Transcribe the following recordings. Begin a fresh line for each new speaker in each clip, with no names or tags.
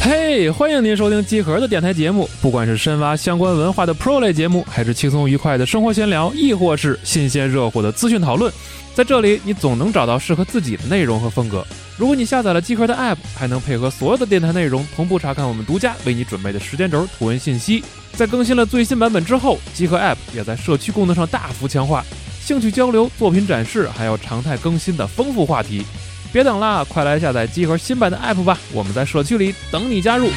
嘿欢迎您收听机核的电台节目。不管是深挖相关文化的 Pro 类节目，还是轻松愉快的生活闲聊，亦或是新鲜热乎的资讯讨论，在这里你总能找到适合自己的内容和风格。如果你下载了机核的 App，还能配合所有的电台内容同步查看我们独家为你准备的时间轴图文信息。在更新了最新版本之后，机核 App 也在社区功能上大幅强化，兴趣交流、作品展示，还有常态更新的丰富话题。别等啦，快来下载集合新版的 App 吧！我们在社区里等你加入。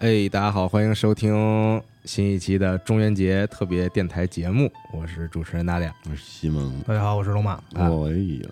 哎，大家好，欢迎收听新一期的中元节特别电台节目，我是主持人娜俩。
我是西蒙，
大家好，我是 龙马。
哎
啊
呀，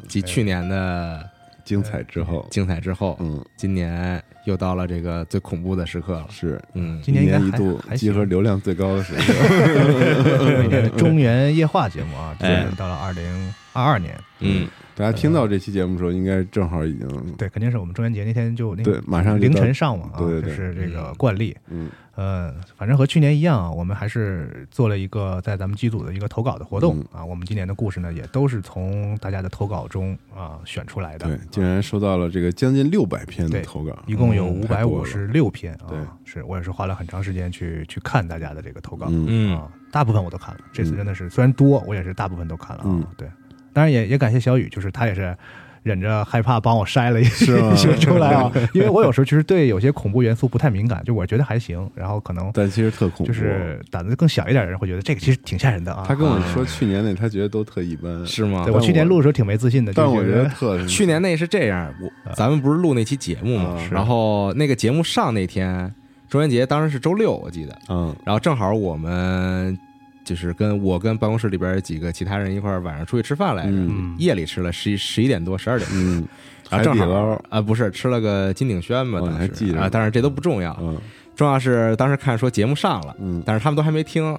继去年的
精彩之后，
精彩之后，
嗯，
今年又到了这个最恐怖的时刻了。
是
嗯，
今年
一
应该
年一
还
度
还
集合
行。
流量最高的时 刻，
中原夜话节目啊，就
哎
是到了二零二二年，
嗯，
大家听到这期节目的时候，应该正好已经
对，肯定是我们中元节那天就那
对
个，
马上就
凌
到
晨，上网啊，
对对
这
对
是这个惯例。
嗯，
呃，反正和去年一样啊，我们还是做了一个在咱们机组的一个投稿的活动
嗯
啊。我们今年的故事呢，也都是从大家的投稿中啊选出来的。
对
啊，
竟然收到了这个将近六百篇的
对
投稿，
一共有
嗯
五
太
百
多
五
了
十六篇啊，
对
是我也是花了很长时间去去看大家的这个投稿。
嗯，
嗯
啊，大部分我都看了。这次
嗯
真的是虽然多，我也是大部分都看了啊。
嗯
对，当然也也感谢小雨，就是他也是忍着害怕帮我筛了一
是 吗
些出来 啊，因为我有时候其实对有些恐怖元素不太敏感，就我觉得还行，然后可能
但其实特恐怖，
就是胆子更小一点的人会觉得这个其实挺吓人的啊。
他跟我说去年那他觉得都特一般，
是吗
对？
但
我去年录的时候挺没自信的，
但
就
我
觉嗯
觉得特
去年那是这样，我咱们不是录那期节目嘛，
啊
然后那个节目上那天，中元节当时是周六，我记得，
嗯
然后正好我们就是跟我跟办公室里边几个其他人一块儿晚上出去吃饭来着，
嗯
夜里吃了十一十一点多十二点，
嗯，
然
海
后正
底
好
捞，
啊不是吃了个金鼎轩嘛，
哦你
当
还
时
记着
啊，但是这都不重要，
嗯
重要是当时看说节目上了，
嗯
啊
但是他们都还没听，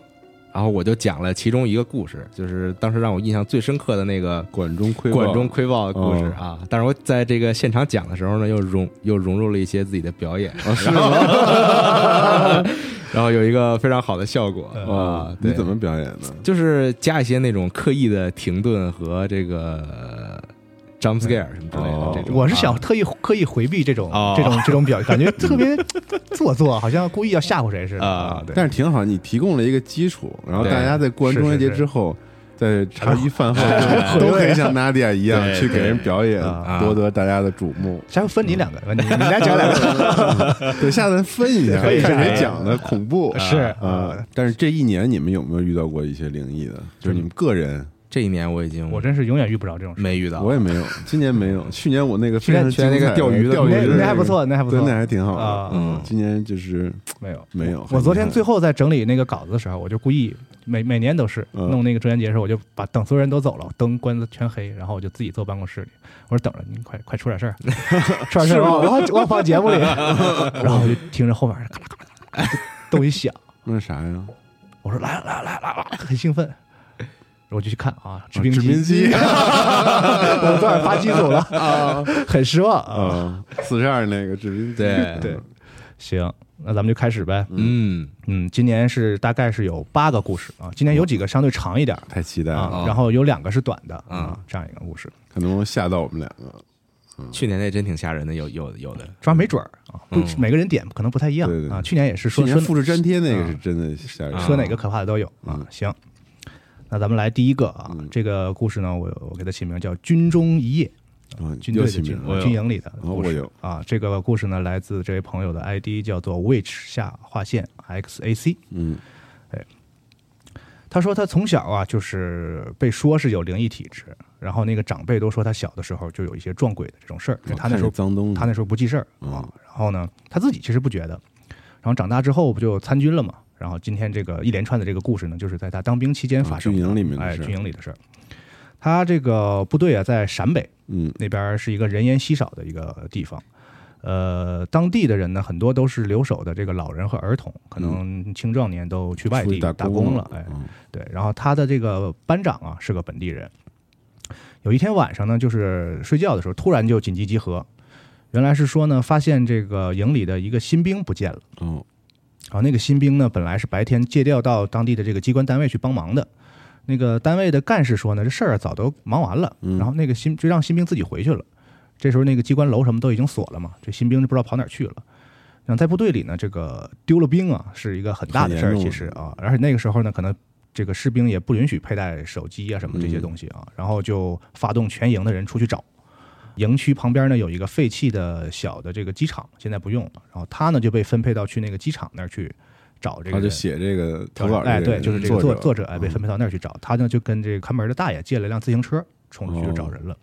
然后我就讲了其中一个故事，就是当时让我印象最深刻的那个
管中窥豹哦
管中窥豹的故事啊。但是我在这个现场讲的时候呢，又融又融入了一些自己的表演，
啊是吗？
然后有一个非常好的效果啊
哇。，
对
你怎么表演的？
就是加一些那种刻意的停顿和这个 jump scare 什么之类的
哦
这种啊。
我是想特意刻意回避这种
啊
哦
这种这种 表，感觉特别 做作，好像故意要吓唬谁似的
啊
对。
但是挺好，你提供了一个基础，然后
对
大家在过完中元节
是是是
之后，在茶余饭 后都都可以像娜迪亚一样
对
去给人表演
啊，
夺得大家的瞩目。
下回分你两个，
嗯
你你来讲 两个。
对，下次分一下，
分一下
看谁讲的恐怖
是
啊。但是这一年你们有没有遇到过一些灵异的？就是你们个人，
这一年我已经
我真是永远遇不着这种事。
没遇到，
我也没有，今年没 有，去年我那个
嗯去
非
年
常精彩
去年那个钓鱼的
钓
故
鱼
事
那
的
那还不，错，那还不
对
错，，
那还挺好的
啊。
嗯，今年就是
没有
没有
我昨天最后在整理那个稿子的时候，我就故意每每年都是
嗯
弄那个中元节的时候，我就把等所有人都走了，灯关的全黑，然后我就自己坐办公室里，我说等着您快快出点事儿，出点事儿我我我放节目里，然后我就听着后面咔啦咔啦咔啦动一响，
那啥呀？
我说来了来了来了来了，很兴奋。我就去看啊，制冰
制冰机
我昨晚发机组了，啊，很失望啊。
啊，四十二那个制冰机，
对
对，行，那咱们就开始呗。
嗯
嗯，今年是大概是有八个故事啊，今年有几个相对长一点儿
太期待了，
啊，然后有两个是短的
嗯
啊，
这样一个故事，
可能吓到我们两个。
去年那真挺吓人的，有有有的。
主要没准儿啊，不
嗯
每个人点可能不太一样
对对对
啊。去年也是
去
说
年
说
复制粘贴那个是真的吓人，
啊
说哪个可怕的都有啊
嗯。
行，那咱们来第一个啊
嗯，
这个故事呢，我我给它起名叫《军中一夜》。
嗯
军
又
队
起
的军啊
名
我有
军营里的
哦
故
我
事
有
啊，这个故事呢来自这位朋友的 ID 叫做 which 下划线 xac，
嗯，
他他说他从小啊，就是被说是有灵异体质，然后那个长辈都说他小的时候就有一些撞鬼的这种事儿，因为他那时候
看着脏东西，
他那时候不记事儿啊
哦嗯。
然后呢，他自己其实不觉得，然后长大之后不就参军了嘛。然后今天这个一连串的这个故事呢，就是在他当兵期间
啊
发生
军
的，
营里面的
哎，
事
军营里的事儿。他这个部队啊，在陕北
嗯
那边儿是一个人烟稀少的一个地方，呃，当地的人呢，很多都是留守的这个老人和儿童，可能青壮年都去外
出
地
去打
工
了
了，哎，
嗯
对，然后他的这个班长啊是个本地人。有一天晚上呢，就是睡觉的时候，突然就紧急集合，原来是说呢，发现这个营里的一个新兵不见了。
哦，
然啊后那个新兵呢，本来是白天借调到当地的这个机关单位去帮忙的。那个单位的干事说呢，这事儿啊早都忙完了，
嗯
然后那个新就让新兵自己回去了。这时候那个机关楼什么都已经锁了嘛，这新兵就不知道跑哪儿去了。然后在部队里呢，这个丢了兵啊是一个很大的事
很
儿，
严重
其实啊，而且那个时候呢，可能这个士兵也不允许佩戴手机啊什么这些
嗯
东西啊，然后就发动全营的人出去找。营区旁边呢有一个废弃的小的这个机场，现在不用了。然后他呢就被分配到去那个机场那儿去找这个
他
人，
就写这个投稿这个人，
哎，对，就是这
作
个
嗯
作作者哎被
配
分配到那儿去找，他呢就跟这个看门的大爷借了一辆自行车，冲出去就找人了。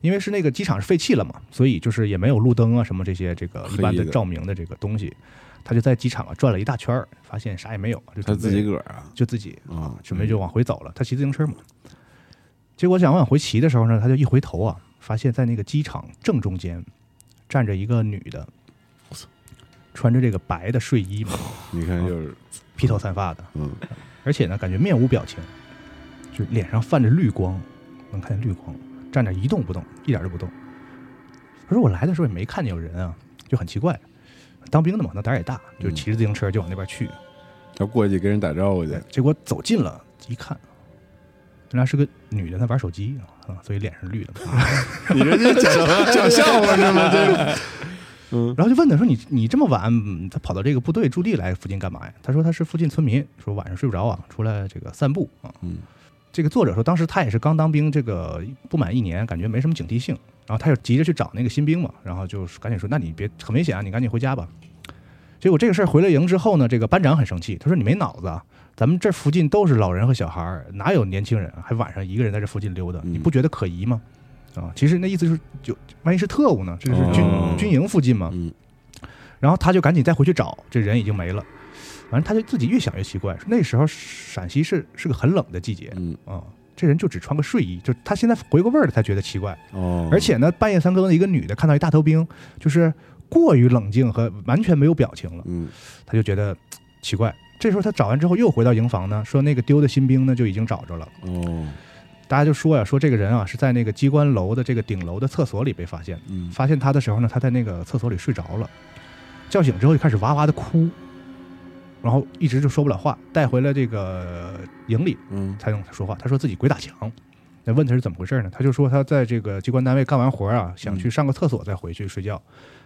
因为是那个机场是废弃了嘛，所以就是也没有路灯啊什么这些这个一般
黑
的
的
照明的这个东西，他就在机场啊转了一大圈儿，发现啥也没有，
他
就准备
自己个儿啊，
就自己
啊，
准备就往回走了。他骑自行车嘛，结果想往回骑的时候呢，他就一回头啊，发现在那个机场正中间站着一个女的，穿着这个白的睡衣嘛，
你看就是
披头散发的，
嗯，
而且呢感觉面无表情，就脸上泛着绿光，能看见绿光，站那一动不动，一点都不动。他说我来的时候也没看见有人啊，就很奇怪。当兵的嘛，那胆儿也大，就骑着自行车就往那边去。
他过去跟人打招呼去，
结果走近了一看，原来是个女的，她玩手机啊，所以脸是绿的。
你人家讲讲笑话是吗？这 个嗯
然后就问她说你：“你这么晚，嗯她跑到这个部队驻地来附近干嘛呀？”她说：“她是附近村民，说晚上睡不着啊，出来这个散步啊。”
嗯，
这个作者说，当时他也是刚当兵，这个不满一年，感觉没什么警惕性，然后他就急着去找那个新兵嘛，然后就赶紧说：“那你别很危险啊，你赶紧回家吧。”结果这个事儿回了营之后呢，这个班长很生气，他说：“你没脑子啊！咱们这附近都是老人和小孩儿，哪有年轻人啊还晚上一个人在这附近溜达？
嗯
你不觉得可疑吗？”啊，其实那意思就是，就万一是特务呢？这就是军、
哦
军营附近嘛。
嗯
然后他就赶紧再回去找，这人已经没了。反正他就自己越想越奇怪，那时候陕西是是个很冷的季节
嗯
啊、这人就只穿个睡衣，就他现在回过味儿了，他觉得奇怪。
哦，
而且呢，半夜三更的一个女的看到一大头兵，就是过于冷静和完全没有表情了，
嗯
他就觉得嘖奇怪。这时候他找完之后又回到营房呢，说那个丢的新兵呢就已经找着了。
哦
大家就说呀，说这个人啊是在那个机关楼的这个顶楼的厕所里被发现的。
嗯
发现他的时候呢，他在那个厕所里睡着了，叫醒之后就开始哇哇的哭，然后一直就说不了话，带回了这个营里
嗯
才能说话。他说自己鬼打墙，那问他是怎么回事呢？他就说他在这个机关单位干完活啊，想去上个厕所再回去睡觉，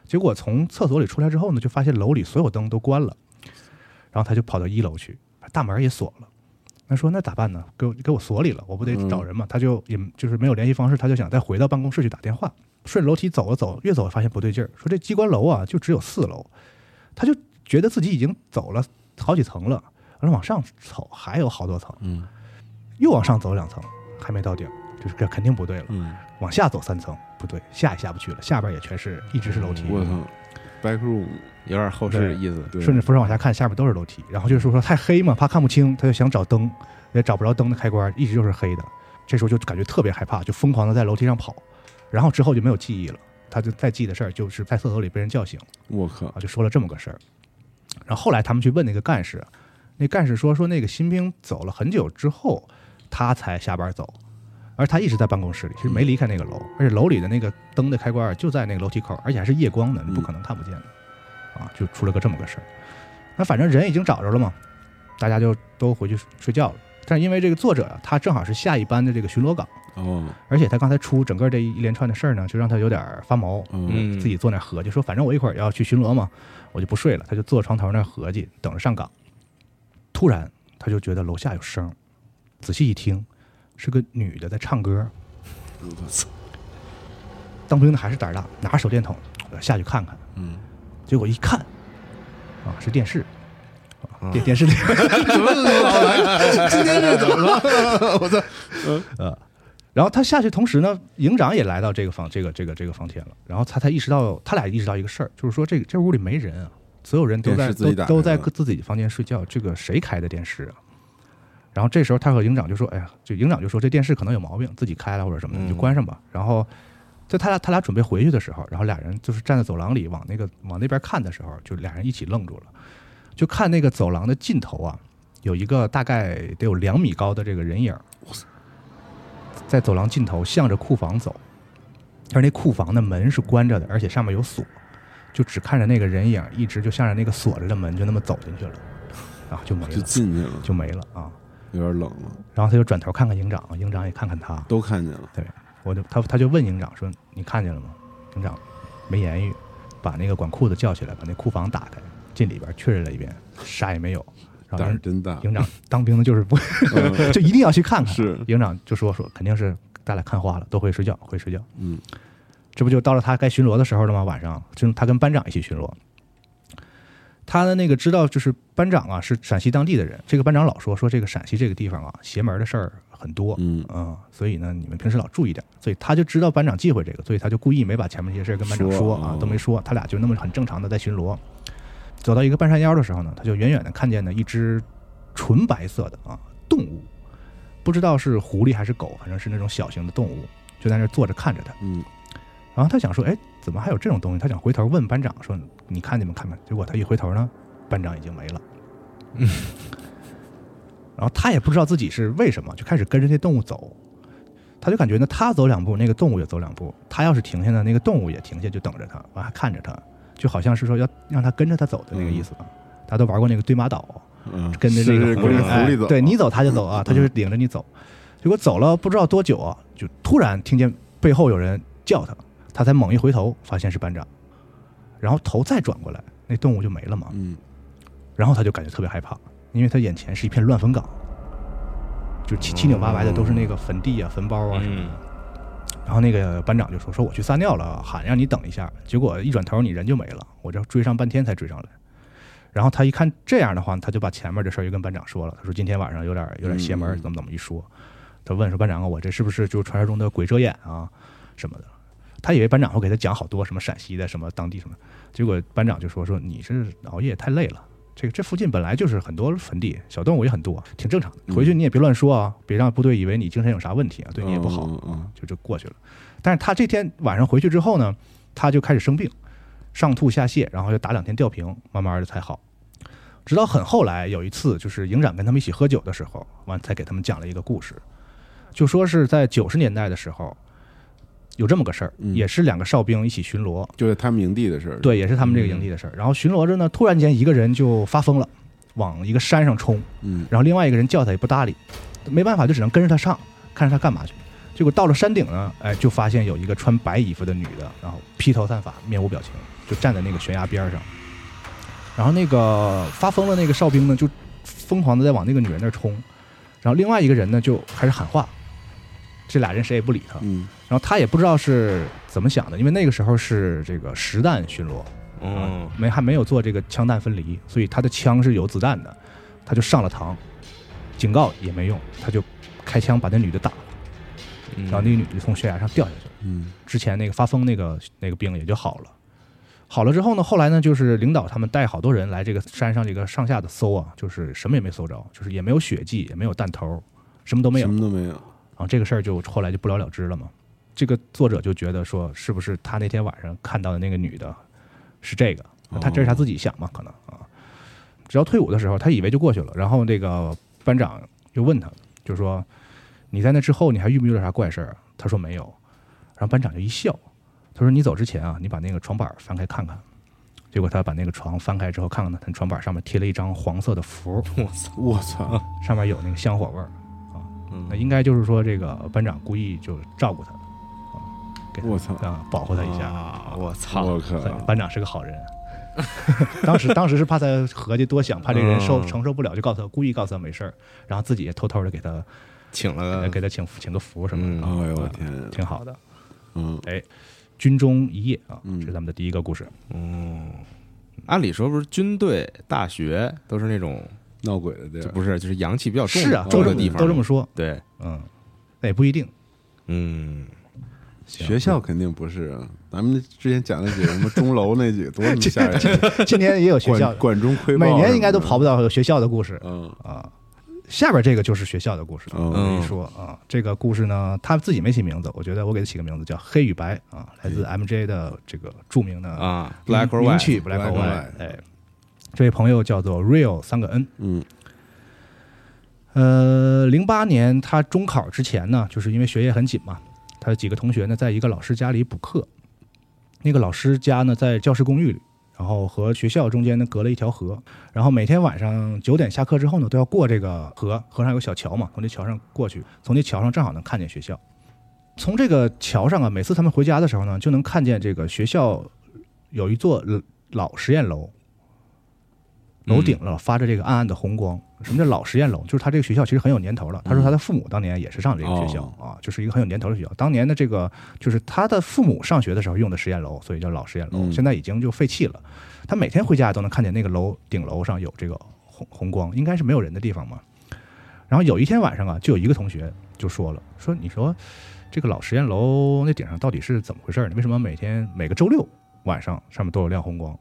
结果从厕所里出来之后呢，就发现楼里所有灯都关了，然后他就跑到一楼去，把大门也锁了。那说那咋办呢？给我给我锁里了，我不得找人嘛？他就也就是没有联系方式，他就想再回到办公室去打电话。顺着楼梯走了啊走，越走发现不对劲儿，说这机关楼啊就只有四楼，他就觉得自己已经走了好几层了，然后往上走还有好多层，
嗯
又往上走两层，还没到顶儿，就是这肯定不对了。
嗯，
往下走三层，不对，下也下不去了，下边也全是一直是楼梯。
嗯我操，back room，
有点后世意思。
对，
顺着扶手往下看，下面都是楼梯。然后就是说太黑嘛，怕看不清，他就想找灯，也找不着灯的开关，一直就是黑的。这时候就感觉特别害怕，就疯狂的在楼梯上跑。然后之后就没有记忆了，他就再记的事儿就是在厕所里被人叫醒
我靠
啊，，就说了这么个事儿。然后后来他们去问那个干事，那干事说说那个新兵走了很久之后，他才下班走，而他一直在办公室里，其实没离开那个楼，而且楼里的那个灯的开关就在那个楼梯口，而且还是夜光的，你不可能看不见的，啊，就出了个这么个事儿。那反正人已经找着了嘛，大家就都回去睡觉了。但是因为这个作者啊，他正好是下一班的这个巡逻岗，
哦
而且他刚才出整个这一连串的事儿呢，就让他有点儿发毛，
嗯
自己坐那儿合计，说反正我一会儿要去巡逻嘛，我就不睡了。他就坐床头那儿合计，等着上岗。突然，他就觉得楼下有声儿，仔细一听，是个女的在唱歌。当兵的还是胆儿大，拿着手电筒我要下去看看。
嗯
结果一看，啊，是电视，啊，
嗯
啊
电电 视里
怎么老来？今天这怎么 了？我操！
呃，然后他下去，同时呢，营长也来到这个房这个这个这个房间了，然后他才意识到，他俩意识到一个事儿，就是说这个这屋里没人啊，所有人都
电
在
视自己
都
打开
都在
的
各自己房间睡觉，这个谁开的电视啊？然后这时候他和营长就说：“哎呀，这营长就说这电视可能有毛病，自己开了或者什么的，你就
嗯
关上吧。然后在他俩他俩准备回去的时候，然后俩人就是站在走廊里往那个往那边看的时候，就俩人一起愣住了，就看那个走廊的尽头啊，有一个大概得有两米高的这个人影儿，在走廊尽头向着库房走，而那库房的门是关着的，而且上面有锁，就只看着那个人影儿一直就向着那个锁着的门就那么走进去了，啊，就没
就
了，
进去了，
就没了啊。
有点冷了，
然后他就转头看看营长，营长也看看他，
都看见了，
我就他他就问营长说：“你看见了吗？”营长没言语，把那个管库的叫起来，把那库房打开，进里边确认了一遍，啥也没有。然
胆
后
儿
营
真大，
营长当兵的就是不
嗯
就一定要去 看看。
是
营长就说说肯定是大家看花了，都回睡觉，回睡觉。
嗯，
这不就到了他该巡逻的时候了吗？晚上，就是他跟班长一起巡逻。他的那个知道，就是班长啊，是陕西当地的人。这个班长老说说这个陕西这个地方啊，邪门的事儿很多，
嗯
嗯，所以呢，你们平时老注意点。所以他就知道班长忌讳这个，所以他就故意没把前面这些事儿跟班长
说
说啊
哦，
都没说。他俩就那么很正常的在巡逻。走到一个半山腰的时候呢，他就远远的看见呢一只纯白色的啊动物，不知道是狐狸还是狗，反正是那种小型的动物，就在那儿坐着看着他。
嗯，
然后他想说，哎，怎么还有这种东西？他想回头问班长说，你看你们看看。结果他一回头呢，班长已经没了。然后他也不知道自己是为什么，就开始跟着那动物走。他就感觉呢，他走两步，那个动物也走两步。他要是停下呢，那个动物也停下，就等着他，完还看着他，就好像是说要让他跟着他走的那个意思吧。大家都玩过那个对马岛，
嗯
跟着
是
这个
是
狐
跟
狸
着狐
哎
狸走，
对你走他就走啊，他就是领着你走。结果走了不知道多久啊，就突然听见背后有人叫他，他才猛一回头，发现是班长，然后头再转过来，那动物就没了嘛。
嗯，
然后他就感觉特别害怕，因为他眼前是一片乱坟岗，就七七扭八歪的都是那个坟地啊、坟包啊什么
嗯，
的。然后那个班长就说：“说我去撒尿了，喊让你等一下。”结果一转头，你人就没了，我这追上半天才追上来。然后他一看这样的话，他就把前面的事儿又跟班长说了。他说：“今天晚上有点有点邪门儿，
嗯
怎么怎么一说。”他问说：“班长啊，我这是不是就是传说中的鬼遮眼啊什么的？”他以为班长会给他讲好多什么陕西的什么当地什么，结果班长就说：“说你是熬夜太累了。”这个这附近本来就是很多坟地，小动物也很多，挺正常的。回去你也别乱说啊，别让部队以为你精神有啥问题啊，对你也不好。
嗯嗯
就就过去了。但是他这天晚上回去之后呢，他就开始生病，上吐下泻，然后又打两天吊瓶，慢慢的才好。直到很后来有一次，就是营长跟他们一起喝酒的时候，完才给他们讲了一个故事，就说是在九十年代的时候，有这么个事儿，
嗯
也是两个哨兵一起巡逻，
就是他们营地的事儿，，
对，也是他们这个营地的事儿。然后巡逻着呢，突然间一个人就发疯了，往一个山上冲，
嗯
然后另外一个人叫他也不搭理，没办法就只能跟着他上，看着他干嘛去。结果到了山顶呢，哎，就发现有一个穿白衣服的女的，然后披头散发，面无表情，就站在那个悬崖边上。然后那个发疯的那个哨兵呢，就疯狂的在往那个女人那儿冲，然后另外一个人呢就开始喊话，这俩人谁也不理他，
嗯
然后他也不知道是怎么想的，因为那个时候是这个实弹巡逻，
哦，
啊没还没有做这个枪弹分离，所以他的枪是有子弹的，他就上了膛，警告也没用，他就开枪把那女的打了，
嗯
然后那个女的从悬崖上掉下去了。
嗯
之前那个发疯那个那个病也就好了。好了之后呢，后来呢，就是领导他们带好多人来这个山上这个上下的搜啊，就是什么也没搜着，就是也没有血迹，也没有弹头，什么都没有
什。么都没有，
然啊后这个事儿就后来就不了了之了嘛。这个作者就觉得说，是不是他那天晚上看到的那个女的是这个？那他这是他自己想嘛？可能啊，直到退伍的时候，他以为就过去了。然后这个班长就问他，就说你在那之后你还遇没遇到啥怪事儿啊？他说没有。然后班长就一笑，他说你走之前啊，你把那个床板翻开看看。结果他把那个床翻开之后，看看他床板上面贴了一张黄色的符，
我操，
上面有那个香火味儿。那
嗯
应该就是说，这个班长故意就照顾他，啊，给
我操，
他啊保护他一下。
啊我操，
我靠，
所以班长是个好 人。当时当时是怕他合计多想，怕这个人受
嗯
承受不了，就告诉他故意告诉他没事儿，然后自己也偷偷的给他
请了
给
个
他给他请请个福什么的，
嗯
哎呦我天，
挺好的。
嗯
军中一夜啊，
嗯
哦
这是咱们的第一个故事。
嗯，按理说不是军队、大学都是那种，
闹鬼的地
就
儿，
不是就是阳气比较重
是啊，
重
都
的
这
地
么
方，
都这么说，
对，
嗯，那也不一定。
嗯，
行
学校肯定不是啊。咱们之前讲那几个什么钟楼那几个多么
今
吓 人，
今年也有学校
管，管中窥豹什
每
么的，
年应该都跑不到有学校的故事
嗯
啊。下边这个就是学校的故事，
哦
嗯
我跟你说啊，这个故事呢，他自己没起名字，我觉得我给他起个名字叫《黑与白》啊，来自 MJ 的这个著名的
啊
名
，black or
名
white，
曲 Black or
Black or
White，哎，这位朋友叫做 Real 三个 N，
嗯
呃，零八年他中考之前呢，就是因为学业很紧嘛，他几个同学呢，在一个老师家里补课。那个老师家呢，在教师公寓里，然后和学校中间呢隔了一条河，然后每天晚上九点下课之后呢，都要过这个河，河上有个小桥嘛，从这桥上过去，从这桥上正好能看见学校。从这个桥上啊，每次他们回家的时候呢，就能看见这个学校有一座老实验楼，楼顶了发着这个暗暗的红光。什么叫老实验楼？就是他这个学校其实很有年头了。他说他的父母当年也是上这个学校、啊，就是一个很有年头的学校。当年的这个就是他的父母上学的时候用的实验楼，所以叫老实验楼。
嗯
现在已经就废弃了。他每天回家都能看见那个楼顶楼上有这个红红光，应该是没有人的地方嘛。然后有一天晚上啊，就有一个同学就说了，说你说这个老实验楼那顶上到底是怎么回事儿呢？为什么每天每个周六晚上上面都有亮红光？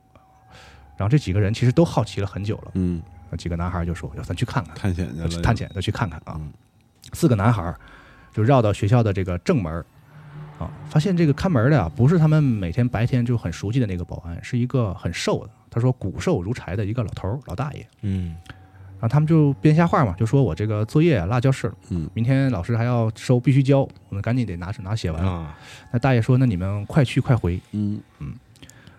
然后这几个人其实都好奇了很久了，
嗯，
那几个男孩就说：“要咱去看看，
探险去
要去
了，
探险，要去看看啊
嗯！”
四个男孩就绕到学校的这个正门儿啊，发现这个看门儿的啊，不是他们每天白天就很熟悉的那个保安，是一个很瘦的，他说骨瘦如柴的一个老头儿老大爷。
嗯
然后他们就编瞎话嘛，就说我这个作业落教室了，
嗯，
明天老师还要收，必须交，我们赶紧得拿拿写完了。
啊，
那大爷说：“那你们快去快回。
嗯，”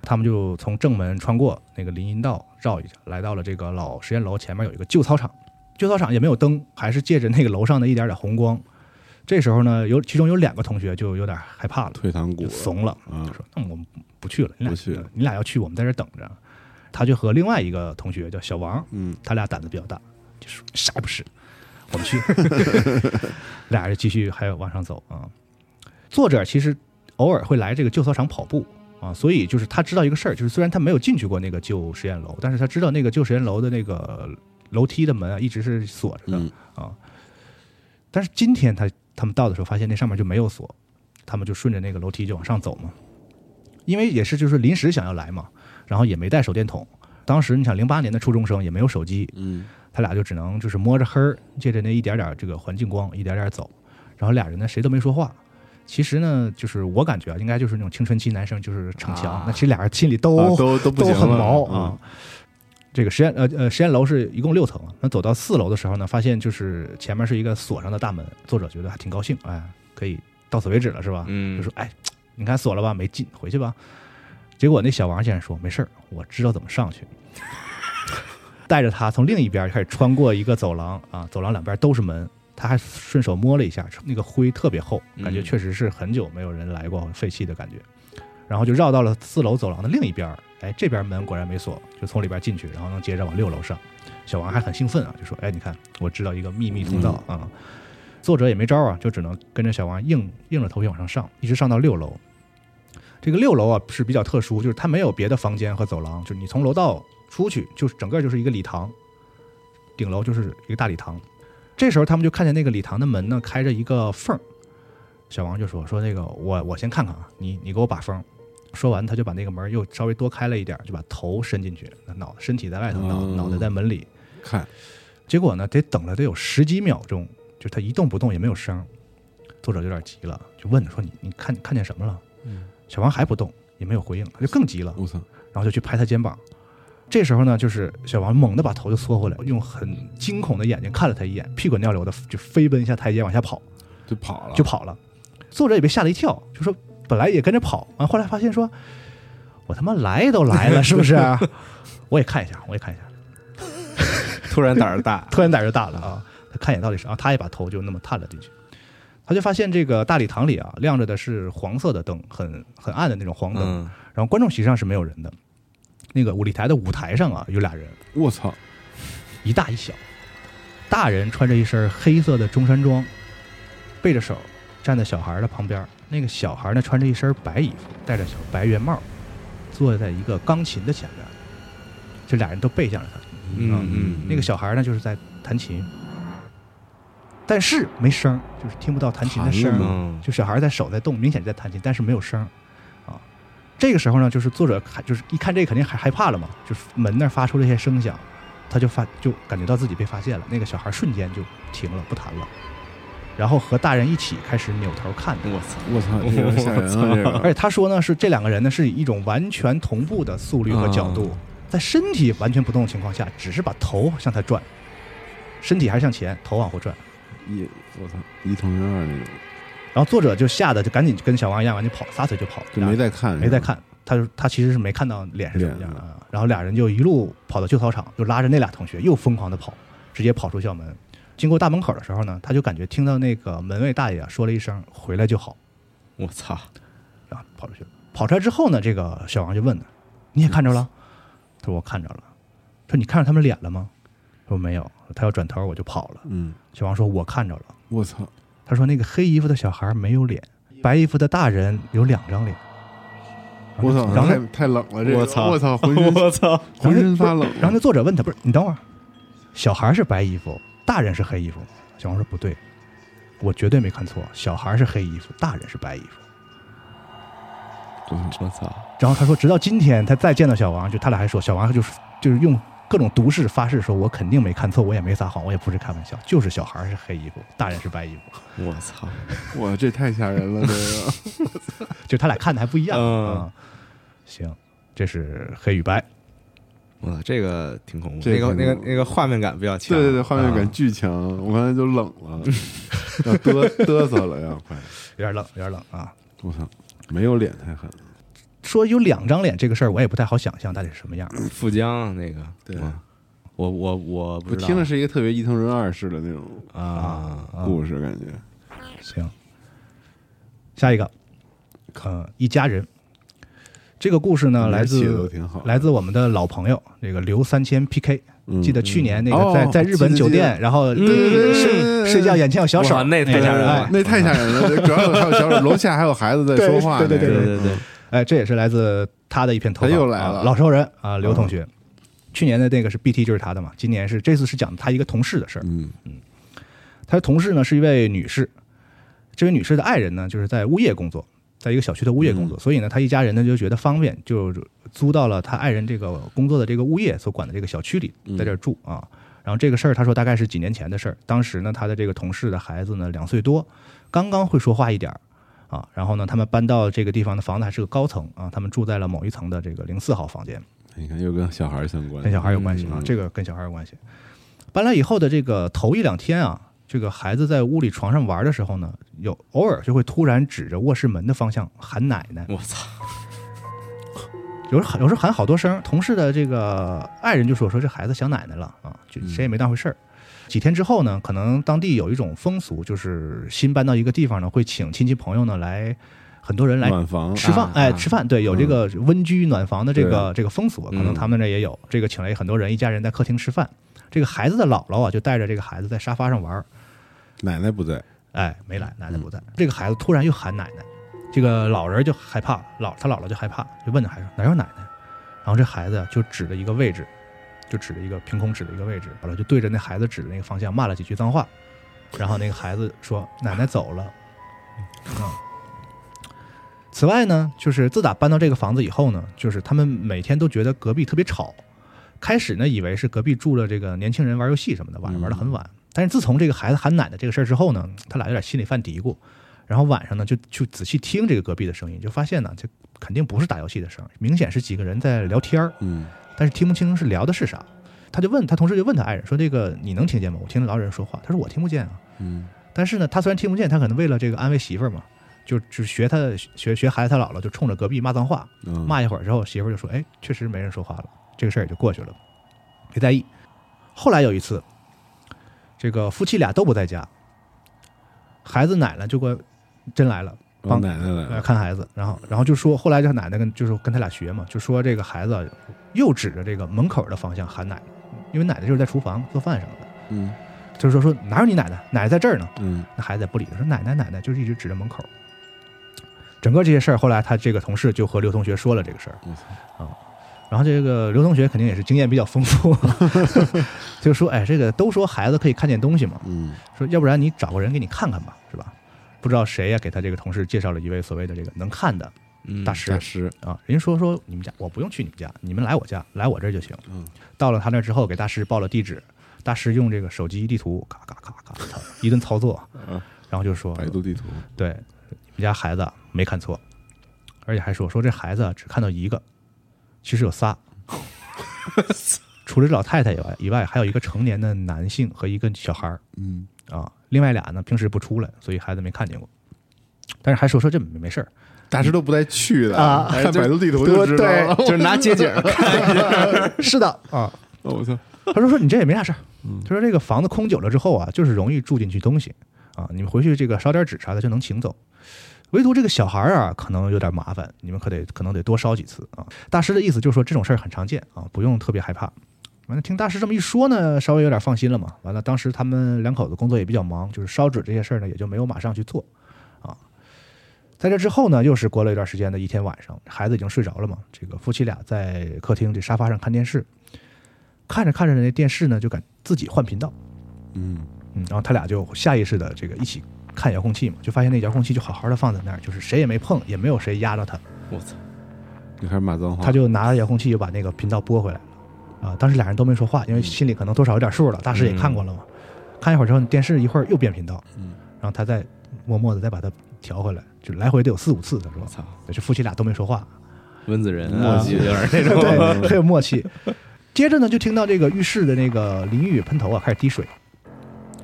他们就从正门穿过那个林荫道，绕一下，来到了这个老实验楼前面有一个旧操场，旧操场也没有灯，还是借着那个楼上的一点点红光。这时候呢，有其中有两个同学就有点害怕了，
退堂鼓
就
了
怂了，
啊
就，说：“那我们不去了，你俩
嗯不去了
你俩要去，我们在这儿等着。”他就和另外一个同学叫小王，
嗯
他俩胆子比较大，就说啥也不是，我们去。 俩人继续还往上走啊。作者其实偶尔会来这个旧操场跑步啊，所以就是他知道一个事儿，就是虽然他没有进去过那个旧实验楼，但是他知道那个旧实验楼的那个楼梯的门啊一直是锁着的
嗯
啊。但是今天他他们到的时候，发现那上面就没有锁，他们就顺着那个楼梯就往上走嘛。因为也是就是临时想要来嘛，然后也没带手电筒。当时你想零八年的初中生也没有手机，
嗯
他俩就只能就是摸着黑儿，借着那一点点儿这个环境光，一点点儿走。然后俩人呢，谁都没说话。其实呢，就是我感觉啊，应该就是那种青春期男生就是逞强。
啊
那其实俩人心里都、
啊都都不行了
都很毛啊。，这个实验呃呃实验楼是一共六层啊，那走到四楼的时候呢，发现就是前面是一个锁上的大门，作者觉得还挺高兴，哎，可以到此为止了是吧？
嗯，
就说：“哎，你看锁了吧，没进，回去吧。”结果那小王竟然说：“没事儿，我知道怎么上去。” 带着他从另一边开始穿过一个走廊啊，走廊两边都是门，他还顺手摸了一下，那个灰特别厚，感觉
嗯
确实是很久没有人来过，废弃的感觉。然后就绕到了四楼走廊的另一边儿，哎，这边门果然没锁，就从里边进去，然后能接着往六楼上。小王还很兴奋啊，就说：“哎，你看，我知道一个秘密通道啊。作者也没招啊，就只能跟着小王硬硬着头皮往上上，一直上到六楼。这个六楼啊是比较特殊，就是它没有别的房间和走廊，就是你从楼道出去，就是整个就是一个礼堂，顶楼就是一个大礼堂。这时候他们就看见那个礼堂的门呢开着一个缝儿，小王就说说那个我我先看看啊，你你给我把风。说完，他就把那个门又稍微多开了一点儿，就把头伸进去，脑身体在外头，脑
嗯
脑袋在门里。
看
结果呢，得等了得有十几秒钟，就他一动不动也没有声儿。作者有点急了，就问他说：“你你看你看见什么了？”小王还不动，也没有回应，他就更急了，
嗯我操，
然后就去拍他肩膀。这时候呢，就是小王猛地把头就缩回来，用很惊恐的眼睛看了他一眼，屁滚尿流的就飞奔下台阶往下跑，
就跑了，
就跑了。作者也被吓了一跳，就说本来也跟着跑，完后来发现说，我他妈来都来了，是不是？ 我也看一下，我也看一下。，
突然胆儿大
突然胆儿就大了啊！他看一眼到底是啊，他也把头就那么探了进去，他就发现这个大礼堂里啊亮着的是黄色的灯，很很暗的那种黄灯，
嗯，
然后观众席上是没有人的，那个舞礼台的舞台上啊有俩人，
我操，
一大一小，大人穿着一身黑色的中山装，背着手站在小孩儿的旁边儿，那个小孩儿呢穿着一身白衣服，戴着小白圆帽，坐在一个钢琴的前面。就俩人都背向着他。
嗯嗯，
那个小孩呢，就是在弹琴，但是没声儿，就是听不到弹琴的声
弹
儿
了。
嗯
就小孩在手在动，明显在弹琴，但是没有声儿啊。这个时候呢，就是作者看，就是一看这肯定害害怕了嘛，就是门那儿发出了一些声响，他就发就感觉到自己被发现了，那个小孩瞬间就停了，不弹了，然后和大人一起开始扭头看他。
我操，
我操，这有点吓人啊！这个
而且他说呢，是这两个人呢是以一种完全同步的速率和角
嗯
度，在身体完全不动的情况下，只是把头向他转，身体还是向前，头往后转。
一我操一同人二那种，
然后作者就吓得就赶紧跟小王一样，完就跑，撒腿就跑，
就没在看，
没在看，他就他其实是没看到脸是什么样的。啊然后俩人就一路跑到旧操场，就拉着那俩同学又疯狂的跑，直接跑出校门。经过大门口的时候呢，他就感觉听到那个门卫大爷啊说了一声“回来就好
我操，”，
然后
嗯
跑出去了。跑出来之后呢，这个小王就问他：“你也看着了？”他说：“我看着了。”说：“你看着他们脸了吗？”他说：“没有。”他要转头我就跑了。
嗯，
小王说：“我看着了。
我操，”
他说：“那个黑衣服的小孩没有脸，白衣服的大人有两张脸。”
我操，
然后
太太冷了，这个
我操
我操，浑身
我操，
浑身发冷，
然后那作者问他，不是你等会儿，小孩是白衣服，大人是黑衣服吗。小王说不对，我绝对没看错，小孩是黑衣服，大人是白衣服。
我操，
然后他说，直到今天他再见到小王，就他俩还说，小王就是就是用各种毒誓发誓说，我肯定没看错，我也没撒谎，我也不是开玩笑，就是小孩是黑衣服，大人是白衣服，
我操，
哇，这太吓人了，这 个
就他俩看的还不一样
嗯
啊、行，这是黑与白。
我操，这个挺恐怖，
这
那个
个
那个
挺恐怖
那个画面感比较强，
对对对，画面
啊
感巨强，我刚才就冷 了，要嘚嘚瑟了要快，
有点冷，有点冷啊！
我操，没有脸太狠了，
说有两张脸这个事儿，我也不太好想象到底是什么样。
富江那个，
对
哇我我我不
我
知道
听着是一个特别伊藤润二式的那种
啊，
啊
故事，感觉
行，下一个，呃，一家人。这个故事呢，来
起的嗯都
自
挺好的，
来自我们的老朋友，这个刘三千 PK。
嗯
记得去年那个在
哦
在日本
记得嗯
酒
记
店，然后
对对对
对对
睡
对
睡觉眼前有小手
哇，那太吓人了
哎
哦那太吓人了，主要有还有小手，楼下还有孩子在说话呢，
对对
对
这
对
个
对，
哎，这也是来自他的一篇投稿，
他又来
啊
了嗯
老熟人啊，刘同学。去年的那个是 BT 就是他的嘛，今年是这次是讲他一个同事的事儿。
嗯
他的同事呢是一位女士，这位女士的爱人呢就是在物业工作，在一个小区的物业工作，所以呢，他一家人呢就觉得方便，就租到了他爱人这个工作的这个物业所管的这个小区里，在这儿住啊。然后这个事儿，他说大概是几年前的事儿，当时呢，他的这个同事的孩子呢两岁多，刚刚会说话一点儿。啊，然后呢，他们搬到这个地方的房子还是个高层啊，他们住在了某一层的这个零四号房间。
你看又跟小孩相关，
跟小孩有关系啊，
嗯
这个跟小孩有关系。搬来以后的这个头一两天啊，这个孩子在屋里床上玩的时候呢，有偶尔就会突然指着卧室门的方向喊奶奶，
我操，
有时候喊有时候喊好多声儿。同事的这个爱人就说说这孩子想奶奶了啊，就
嗯
谁也没当回事儿。几天之后呢，可能当地有一种风俗，就是新搬到一个地方呢，会请亲戚朋友呢来，很多人来
暖房
吃饭
啊，
哎，
啊
吃饭，对，有这个温居暖房的这个这个风俗，可能
嗯
他们那也有。这个请了很多人，一家人在客厅吃饭。这个孩子的姥姥啊，就带着这个孩子在沙发上玩儿，
奶奶不在，
哎，没来，奶奶不在。这个孩子突然又喊奶奶，这个老人就害怕，老他姥姥就害怕，就问他孩子哪有奶奶？然后这孩子啊就指着一个位置，就指着一个凭空指着一个位置，姥姥就对着那孩子指的那个方向骂了几句脏话，然后那个孩子说奶奶走了。嗯此外呢，就是自打搬到这个房子以后呢，就是他们每天都觉得隔壁特别吵。开始呢，以为是隔壁住了这个年轻人玩游戏什么的，晚上玩的很晚。但是自从这个孩子喊奶奶这个事儿之后呢，他俩有点心里犯嘀咕。然后晚上呢，就去仔细听这个隔壁的声音，就发现呢，这肯定不是打游戏的声儿，明显是几个人在聊天儿。
嗯，
但是听不清是聊的是啥。他就问他同事就问他爱人说：“这个你能听见吗？我听着老人说话。”他说：“我听不见啊。”
嗯，
但是呢，他虽然听不见，他可能为了这个安慰媳妇儿嘛，就就学他学学孩子他姥姥，就冲着隔壁骂脏话。
嗯
骂一会儿之后，媳妇儿就说：“哎，确实没人说话了。”这个事儿也就过去了，别在意。后来有一次，这个夫妻俩都不在家，孩子奶奶就过真来了，
哦奶奶来
来
了，
看孩子，然后然后就说，后来这奶奶跟就是跟他俩学嘛，就说这个孩子啊又指着这个门口的方向喊奶奶，因为奶奶就是在厨房做饭什么的，
嗯
就是说说哪有你奶奶，奶奶在这儿呢。
嗯，
那孩子也不理他，说奶奶奶奶，就是一直指着门口。整个这些事儿，后来他这个同事就和刘同学说了这个事儿
我操，
啊，然后这个刘同学肯定也是经验比较丰富，就说：“哎，这个都说孩子可以看见东西嘛，
嗯
说要不然你找个人给你看看吧，是吧？”不知道谁呀、给他这个同事介绍了一位所谓的这个能看的
嗯
大师
大师，
啊，人家说说你们家我不用去你们家，你们来我家，来我这儿就行。
嗯，
到了他那儿之后，给大师报了地址，大师用这个手机地图咔咔咔咔操一顿操作，
啊，
然后就说
百度地图，
对，你们家孩子没看错，而且还说说这孩子只看到一个，其实有 仨，除了这老太太以外，以外还有一个成年的男性和一个小孩儿
嗯
啊，另外俩呢平时不出来，所以孩子没看见过。但是还说说这没没事儿，
大师都不带去的
啊
看百度地图就
多
知道
对，
了。
就是拿街 景儿看，
是的啊。
哦我操，
他说说你这也没啥事儿，他说这个房子空久了之后啊，就是容易住进去东西啊，你们回去这个烧点纸啥的就能请走。唯独这个小孩儿啊，可能有点麻烦，你们可得可能得多烧几次啊。大师的意思就是说这种事儿很常见啊，不用特别害怕。完了，听大师这么一说呢，稍微有点放心了嘛。完了，当时他们两口子工作也比较忙，就是烧纸这些事儿呢，也就没有马上去做啊。在这之后呢，又是过了一段时间的一天晚上，孩子已经睡着了嘛，这个夫妻俩在客厅这沙发上看电视，看着看着那电视呢，就敢自己换频道，
嗯
嗯，然后他俩就下意识的这个一起看遥控器嘛，就发现那遥控器就好好的放在那儿，就是谁也没碰，也没有谁压着他，
我操，
你开始骂脏话，
他就拿着遥控器就把那个频道拨回来了。啊，当时俩人都没说话，
嗯
因为心里可能多少有点数了。大师也看过了嘛，看一会儿之后，电视一会儿又变频道，
嗯
然后他再默默的再把它调回来，就来回得有四五次。他说
我，操，
就夫妻俩都没说话，
温子仁
墨
啊，
迹
有点儿那种，
对，很有默契。接着呢，就听到这个浴室的那个淋浴喷头啊开始滴水，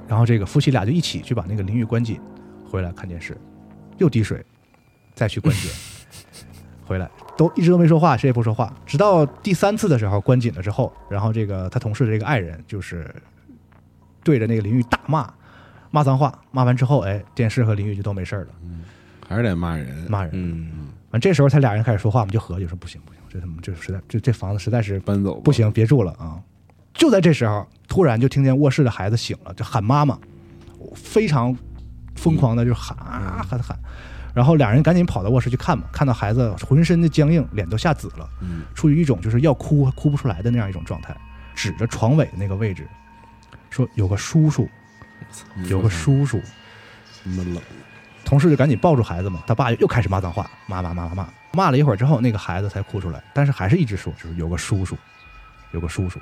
然后这个夫妻俩就一起去把那个淋浴关紧，回来看电视，又滴水，再去关紧，回来都一直都没说话，谁也不说话，直到第三次的时候关紧了之后，然后这个他同事的这个爱人就是对着那个淋浴大骂，骂脏话，骂完之后，哎，电视和淋浴就都没事儿了，
还是得骂人，
骂人。
嗯，
完这时候他俩人开始说话，我们就合计说不行不行，这他妈这实在这这房子实在是
搬走吧
不，行，别住了啊！就在这时候，突然就听见卧室的孩子醒了，就喊妈妈，非常疯狂的就喊啊喊喊，然后俩人赶紧跑到卧室去看嘛，看到孩子浑身的僵硬，脸都吓紫了，
嗯
处于一种就是要哭哭不出来的那样一种状态，指着床尾的那个位置，说有个叔叔，
嗯
有个叔叔，
闷冷，
同事就赶紧抱住孩子嘛，他爸又开始骂脏话，骂骂骂骂骂，骂了一会儿之后，那个孩子才哭出来，但是还是一直说，就是有个叔叔，有个叔叔。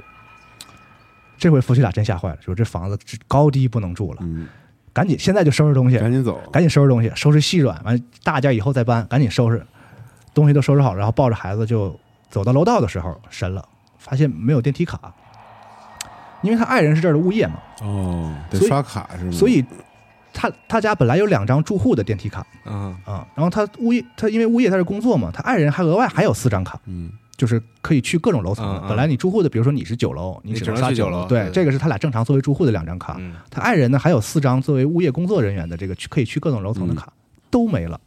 这回夫妻俩真吓坏了，说这房子这高低不能住了，
嗯，
赶紧现在就收拾东西，
赶紧走，
赶紧收拾东西，收拾细软，完大件以后再搬，赶紧收拾，东西都收拾好，然后抱着孩子就走到楼道的时候，神了，发现没有电梯卡，因为他爱人是这儿的物业嘛，
哦，得
所以
刷卡是吗？
所以他他家本来有两张住户的电梯卡，
啊，
啊，然后他物业，他因为物业他是工作嘛，他爱人还额外还有四张卡，
嗯
就是可以去各种楼层的。
嗯嗯
本来你住户的，比如说你是九楼，
你
只
只
能
能
上
去九
楼，
楼
对，
对
这个是他俩正常作为住户的两张卡。
嗯，
他爱人呢还有四张作为物业工作人员的这个去可以去各种楼层的卡、都没了，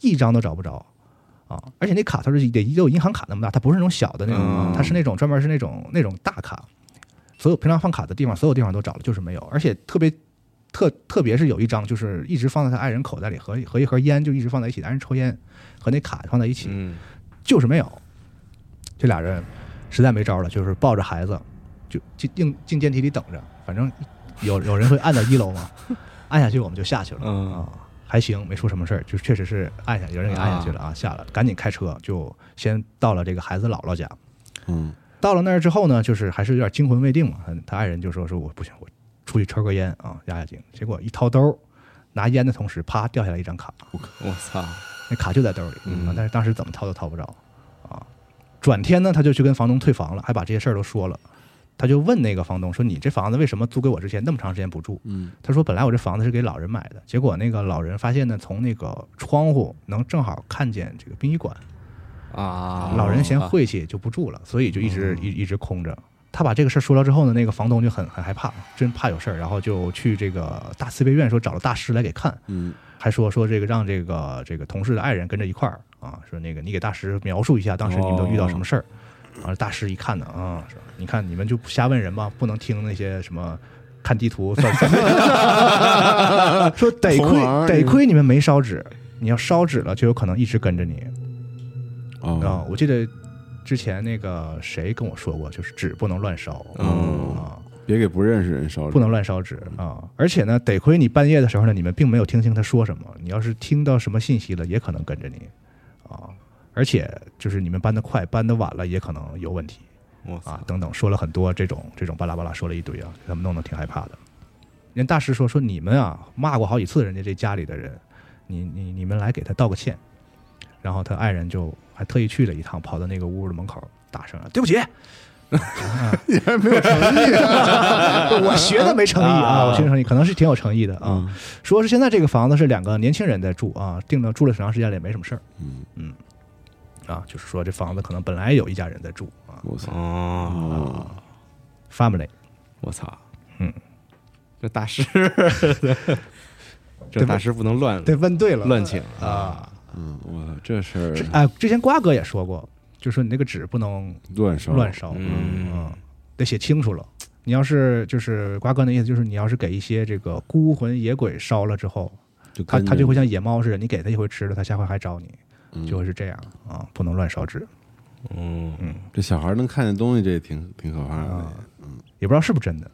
一张都找不着啊！而且那卡它是得得有银行卡那么大，它不是那种小的那种，啊
嗯
它是那种专门是那种那种大卡，所有平常放卡的地方所有地方都找了，就是没有，而且特别。特特别是有一张，就是一直放在他爱人口袋里，和和一盒烟就一直放在一起，爱人抽烟和那卡放在一起，
嗯，
就是没有。这俩人实在没招了，就是抱着孩子，就进进进电梯里等着。反正有有人会按到一楼嘛，按下去我们就下去了。
嗯
啊，还行，没出什么事儿，就确实是按下有人给按下去了啊，下了，赶紧开车就先到了这个孩子姥姥家。
嗯，
到了那儿之后呢，就是还是有点惊魂未定嘛。他他爱人就说说我不行，我出去抽根烟啊，压压惊。结果一掏兜，拿烟的同时，啪掉下来一张卡。
我操，
那卡就在兜里，
嗯
啊但是当时怎么掏都掏不着啊。转天呢，他就去跟房东退房了，还把这些事儿都说了。他就问那个房东说：“你这房子为什么租给我之前那么长时间不住？”
嗯，
他说：“本来我这房子是给老人买的，结果那个老人发现呢，从那个窗户能正好看见这个殡仪馆，
啊，嗯
老人嫌晦气就不住了，所以就一直一一直空着。”他把这个事儿说了之后呢，那个房东就很很害怕，真怕有事儿，然后就去这个大慈悲院说找了大师来给看，
嗯
还说说这个让这个这个同事的爱人跟着一块儿啊，说那个你给大师描述一下当时你们都遇到什么事儿。啊，大师一看呢，啊，说你看你们就瞎问人吧，不能听那些什么看地图算算命。 说得
同行
亏得亏你们没烧纸，你要烧纸了就有可能一直跟着你
哦
啊。我记得之前那个谁跟我说过，就是纸不能乱烧，
嗯
啊，
别给不认识人烧纸，嗯
不能乱烧纸啊。而且呢，得亏你半夜的时候呢，你们并没有听清他说什么，你要是听到什么信息了，也可能跟着你啊。而且就是你们搬得快，搬得晚了，也可能有问题
我操
啊，，等等，说了很多这种这种巴拉巴拉说了一堆啊，给他们弄得挺害怕的。人大师说说你们啊骂过好几次人家这家里的人，你你你们来给他道个歉。然后他爱人就还特意去了一趟，跑到那个屋的门口大声啊对不起，
你还没有诚意啊
我学的没诚意啊，我学的诚意可能是挺有诚意的啊。
嗯
说是现在这个房子是两个年轻人在住啊，定了住了挺长时间了也没什么事儿
嗯，
啊，就是说这房子可能本来有一家人在住啊
我操，
哦，
哦，
，family
我操，
嗯，
这大师，这大师不能乱
对问对了
乱请嗯
啊，
嗯，我操，这事儿
这哎，之前瓜哥也说过，就说你那个纸不能
乱烧，
乱烧，
嗯
得写清楚了。你要是就是瓜哥那意思，就是你要是给一些这个孤魂野鬼烧了之后，
就
他
跟
他就会
着
像野猫似的，你给他一回吃了，他下回还找你，
嗯
就会是这样啊，不能乱烧纸。
嗯，
嗯，
这小孩能看见东西，这也挺挺可怕的
啊。也不知道是不是真的，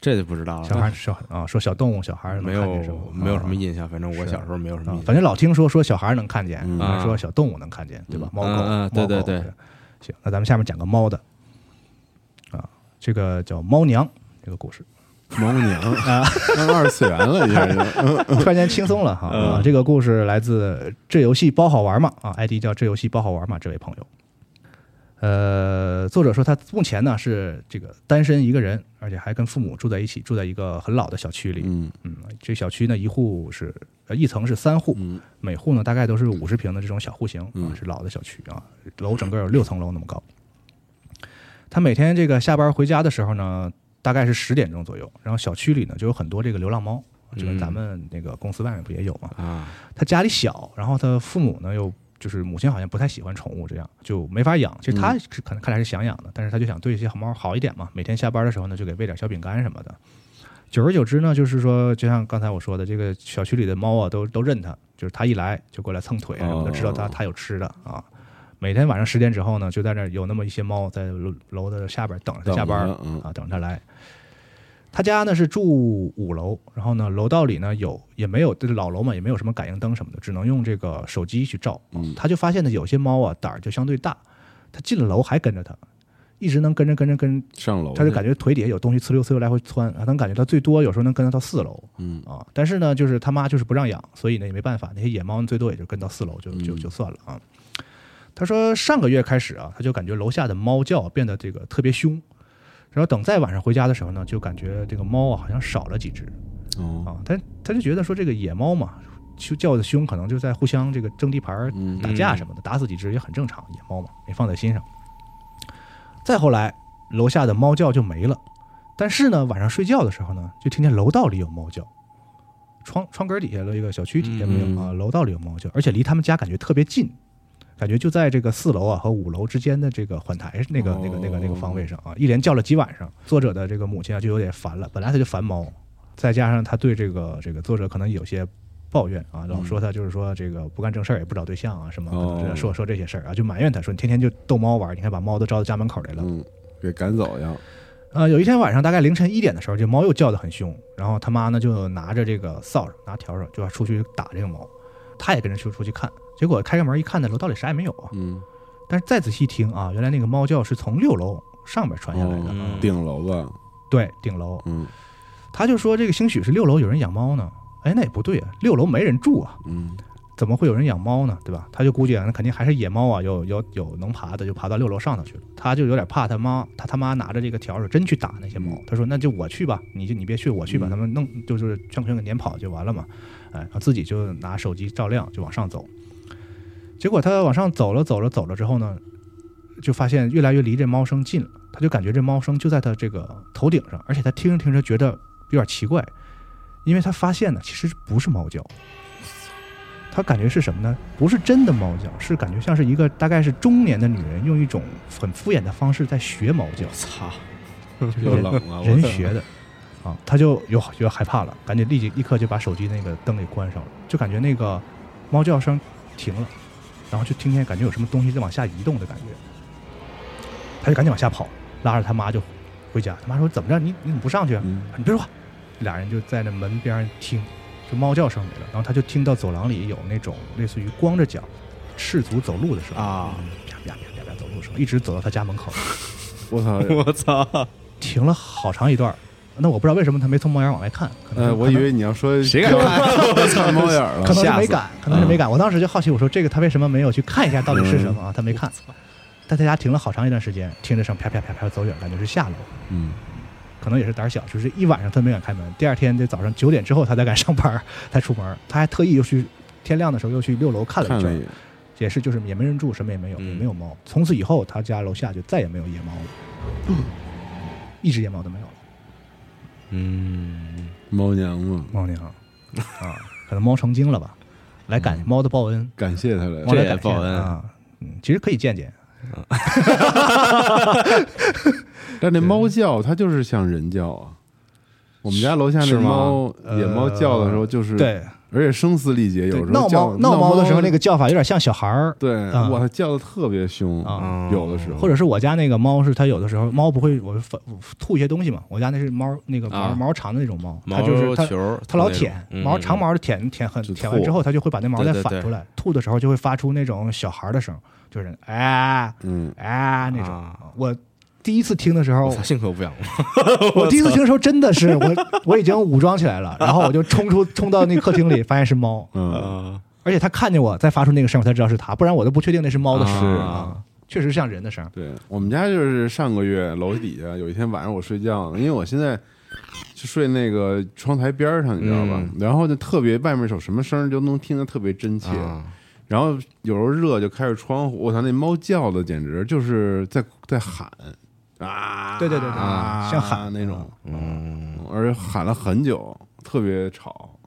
这就不知道了。
小孩儿小啊，说小动物小孩儿能
没
看见什么
有，没有什么
啊
印象，反正我
是
小时候没有什么
啊
印象
反。正老听说说小孩儿能看见，
嗯
还说小动物能看见，对吧？
嗯
猫
嗯
狗，
嗯
猫
对对
狗
对。
行，那咱们下面讲个猫的，啊，这个叫猫娘这个 故事，
猫 娘啊， 当二次元了，一下就
突然间轻松了哈。
嗯
啊这个故事来自这游戏包好玩嘛啊，ID 叫这游戏包好玩嘛这位朋友。呃，作者说他目前呢是这个单身一个人，而且还跟父母住在一起，住在一个很老的小区里。
嗯
嗯，这小区呢一户是呃一层是三户，
嗯
每户呢大概都是五十平的这种小户型啊
嗯，
是老的小区啊，楼整个有六层楼那么高。他每天这个下班回家的时候呢，大概是十点钟左右，然后小区里呢就有很多这个流浪猫，就跟
嗯
咱们那个公司外面不也有吗？
啊，
他家里小，然后他父母呢又就是母亲好像不太喜欢宠物，这样就没法养。其实他是可能看来是想养的，但是他就想对这些猫好一点嘛，每天下班的时候呢就给喂点小饼干什么的。久而久之呢，就是说，就像刚才我说的，这个小区里的猫啊，都都认它，就是它一来就过来蹭腿，
哦
就知道它它有吃的啊。每天晚上十点之后呢，就在那儿有那么一些猫在楼楼的下边等着它下班
等着嗯
啊，等着它来。他家呢是住五楼，然后呢楼道里呢有也没有，就是老楼嘛也没有什么感应灯什么的，只能用这个手机去照。
嗯
他就发现呢有些猫啊胆儿就相对大，它进了楼还跟着它，一直能跟着跟着跟着，
上
哦
楼去，
他就感觉腿底下有东西呲溜呲溜来回窜，啊他能感觉到最多有时候能跟着到四楼
嗯
啊。但是呢，就是他妈就是不让养，所以呢也没办法，那些野猫呢最多也就跟到四楼就就
嗯
就算了啊。他说上个月开始啊，他就感觉楼下的猫叫变得这个特别凶，然后等再晚上回家的时候呢，就感觉这个猫啊好像少了几只
哦，
啊，他他就觉得说这个野猫嘛。就叫的凶，可能就在互相这个争地盘儿
嗯
打架什么的，打死几只也很正常，野猫嘛，没放在心上。再后来，楼下的猫叫就没了，但是呢，晚上睡觉的时候呢，就听见楼道里有猫叫，窗窗根底下的一个小区底下没有、
嗯
啊，楼道里有猫叫，而且离他们家感觉特别近，感觉就在这个四楼啊和五楼之间的这个缓台那个那个那个那
哦
个方位上啊，一连叫了几晚上，作者的这个母亲啊就有点烦了，本来他就烦猫，再加上他对这个这个作者可能有些抱怨啊，老说他就是说这个不干正事儿，也不找对象啊什么，可能
嗯哦
是说说这些事儿啊，就埋怨他说你天天就逗猫玩儿，你看把猫都招到家门口来了。
嗯，给赶走一样，
呃，有一天晚上大概凌晨一点的时候，这猫又叫得很凶，然后他妈呢就拿着这个扫帚，拿笤帚就要出去打这个猫，他也跟着出出去看，结果开开门一看呢，楼道里啥也没有啊，
嗯，
但是再仔细一听啊，原来那个猫叫是从六楼上面传下来的，
哦
嗯
顶楼吧，
对，顶楼，
嗯
他就说这个兴许是六楼有人养猫呢，哎，那也不对啊，六楼没人住啊，
嗯
怎么会有人养猫呢？对吧？他就估计啊，那肯定还是野猫啊，有有有能爬的，就爬到六楼上头去了。他就有点怕他妈，他他妈拿着这个笤帚真去打那些猫
嗯。
他说：“那就我去吧，你就你别去，我去吧，
嗯
他们弄就是圈圈给撵跑就完了嘛。”哎，然后自己就拿手机照亮，就往上走。结果他往上走了走了走了之后呢，就发现越来越离这猫声近了。他就感觉这猫声就在他这个头顶上，而且他听着听着觉得有点奇怪，因为他发现呢，其实不是猫叫，他感觉是什么呢？不是真的猫叫，是感觉像是一个大概是中年的女人用一种很敷衍的方式在学猫叫
我，操，
又冷了，我
人
操
学的啊，他就有有害怕了，赶紧立即立刻就把手机那个灯给关上了，就感觉那个猫叫声停了，然后就听见感觉有什么东西在往下移动的感觉，他就赶紧往下跑，拉着他妈就回家。他妈说怎么着，你你怎么不上去啊？
嗯
你别说话。俩人就在那门边上听，就猫叫声没了，然后他就听到走廊里有那种类似于光着脚赤足走路的声音
啊，
啪啪啪啪啪走路声，一直走到他家门口，
我操，
我操！
停了好长一段儿。那我不知道为什么他没从猫眼往外看，可能
呃，我以为你要说
谁敢看？
看猫眼
可
了？嗯
能是
吓
没
死
敢，可能是没敢。我当时就好奇，我说这个他为什么没有去看一下到底是什么啊？他没看，在他家停了好长一段时间，听着声啪啪啪啪走远，感觉是下楼，
嗯，
可能也是胆儿小，就是一晚上他没敢开门。第二天得早上九点之后他才敢上班儿，才出门儿。他还特意又去天亮的时候又去六楼看了
看
一
了一
圈，
眼，
也是就是也没人住，什么也没有，也
嗯
没有猫。从此以后他家楼下就再也没有野猫了， 一只野猫都没有了。
嗯，
猫娘嘛，
猫娘啊，可能猫成精了吧，来感
嗯
猫的报恩。
感谢他来
猫
这
来
也
感谢
报恩
啊。嗯，其实可以见见，
但那猫叫，它就是像人叫啊。我们家楼下
是
那
吗
猫野猫叫的时候，就是，
呃对，
而且声嘶力竭，
对
有时
闹
候
猫
叫
闹猫的时候，那
个
个叫法有点像小孩儿
对，
啊
哇，它叫的特别凶，
啊，
嗯
有的时候
或者是我家那个猫是它有的时候猫不会我反吐一些东西嘛，我家那是猫那个毛
啊
毛长的那种猫，它
毛
就是它
球，
它老舔
嗯
毛长，毛的舔舔很
就
舔完
吐
之后，它就会把那毛再
对对
反
对
出来，吐的时候就会发出那种小孩儿的声，就是哎
嗯，
哎那种。
啊
我第一次听的时候
我，操，信口不养了。
我第一次听的时候真的 是我我已经武装起来了，然后我就冲出冲到那客厅里，发现是猫。
嗯，
啊
而且他看见我再发出那个声，我才知道是他，不然我都不确定那是猫的声
啊
啊，确实像人的声。
对，我们家就是上个月楼底下有一天晚上我睡觉，因为我现在就睡那个窗台边儿上，你知道吧
嗯？
然后就特别外面有什么声儿就能听得特别真切，
啊
然后有时候热就开着窗户，我操，那猫叫的简直就是在在喊啊，
对对对对
啊
像喊
那种，
嗯，
嗯而且喊了很久，特别吵，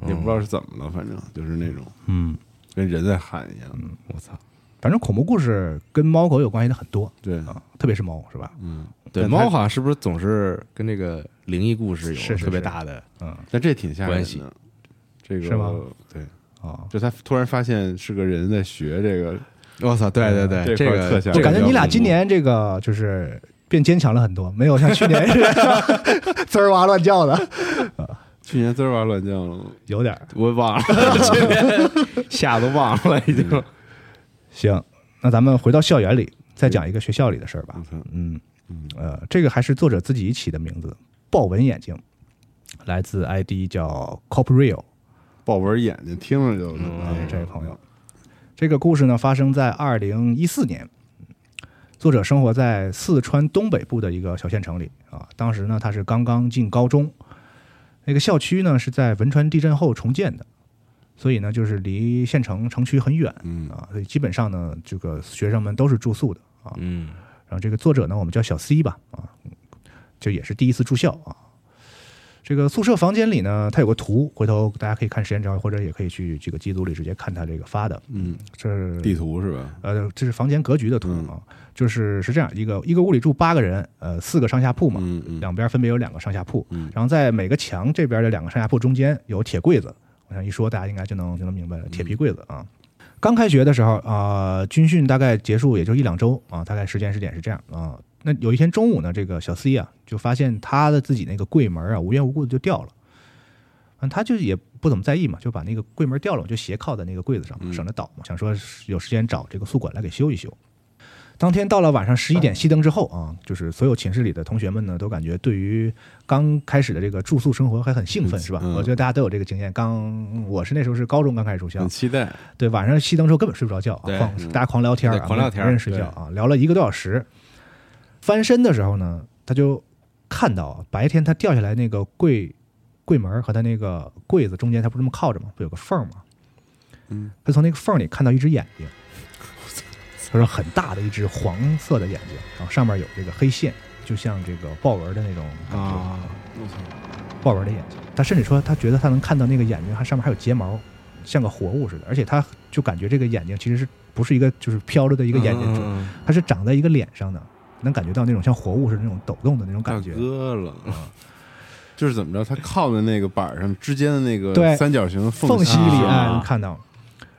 嗯
也不知道是怎么了，反正就是那种
嗯，
跟人在喊一样，
我操，
反正恐怖故事跟猫狗有关系的很多
对，
啊，特别是猫，是吧？
嗯，
对，
但它
猫好像是不是总是跟这个灵异故事
是
有
是
特别
是
大的
嗯
但这挺吓人
关系
的，这个
是吗？
对，
啊，
就他突然发现是个人在学这个，
我操，对对对，嗯
这
这
块
个
特效
我
这个
感觉
比较
你俩
恐怖
今年这个就是变坚强了很多，没有像去 年似的滋儿哇乱叫的，
去年滋儿哇乱叫了，
有点儿
我 忘了，今年吓都忘了已经。
行。那咱们回到校园里，再讲一个学校里的事儿吧
我。操，
嗯
嗯，
呃，这个还是作者自己起的名字，豹纹眼睛，来自 ID 叫 Coprio。
豹纹眼睛听着就
嗯
哎，这位朋友，这个故事呢发生在二零一四年，作者生活在四川东北部的一个小县城里啊。当时呢，他是刚刚进高中，那个校区呢是在汶川地震后重建的，所以呢就是离县城城区很远
嗯
啊，所以基本上呢这个学生们都是住宿的啊。
嗯，
然后这个作者呢，我们叫小 C 吧，啊，就也是第一次住校啊。这个宿舍房间里呢，它有个图，回头大家可以看时间轴，或者也可以去这个机组里直接看他这个发的。
嗯，
这
地
是
图是吧？
呃，这是房间格局的图
嗯
啊，就是是这样一个一个屋里住八个人，呃，四个上下铺嘛，
嗯嗯
两边分别有两个上下铺，
嗯
然后在每个墙这边的两个上下铺中间有铁柜子，我想一说大家应该就能就能明白
嗯
了，铁皮柜子啊。刚开学的时候啊、军训大概结束也就一两周啊，大概时间时点是这样啊。那有一天中午呢，这个小 C 啊就发现他的自己那个柜门啊无缘无故的就掉了，嗯，他就也不怎么在意嘛，就把那个柜门掉了，我就斜靠在那个柜子上，
嗯
省得倒嘛，想说有时间找这个宿管来给修一修。当天到了晚上十
嗯
一点熄灯之后啊，就是所有寝室里的同学们呢，都感觉对于刚开始的这个住宿生活还很兴奋，是吧？
嗯
我觉得大家都有这个经验。刚我是那时候是高中刚开始住校
很，期待，
对，晚上熄灯之后根本睡不着觉啊，
对
狂
嗯
大家狂聊天啊，
对狂聊天
没人睡觉啊，聊了一个多小时。翻身的时候呢，他就看到啊白天他掉下来那个柜柜门儿和他那个柜子中间，他不是这么靠着吗？不有个缝儿吗？
嗯，
他从那个缝儿里看到一只眼睛，他说很大的一只黄色的眼睛，然后上面有这个黑线，就像这个豹纹的那种感觉，
啊，
我操，
豹纹的眼睛。他甚至说他觉得他能看到那个眼睛，还上面还有睫毛，像个活物似的。而且他就感觉这个眼睛其实是不是一个就是飘着的一
一
个眼睛，
嗯
它是长在一个脸上的，能感觉到那种像活物似的那种抖动的那种
大
感觉。
哥了。就是怎么着，他靠在那个板儿上之间的那个
对
三角形
缝隙
隙
里哎
啊
哎能看到。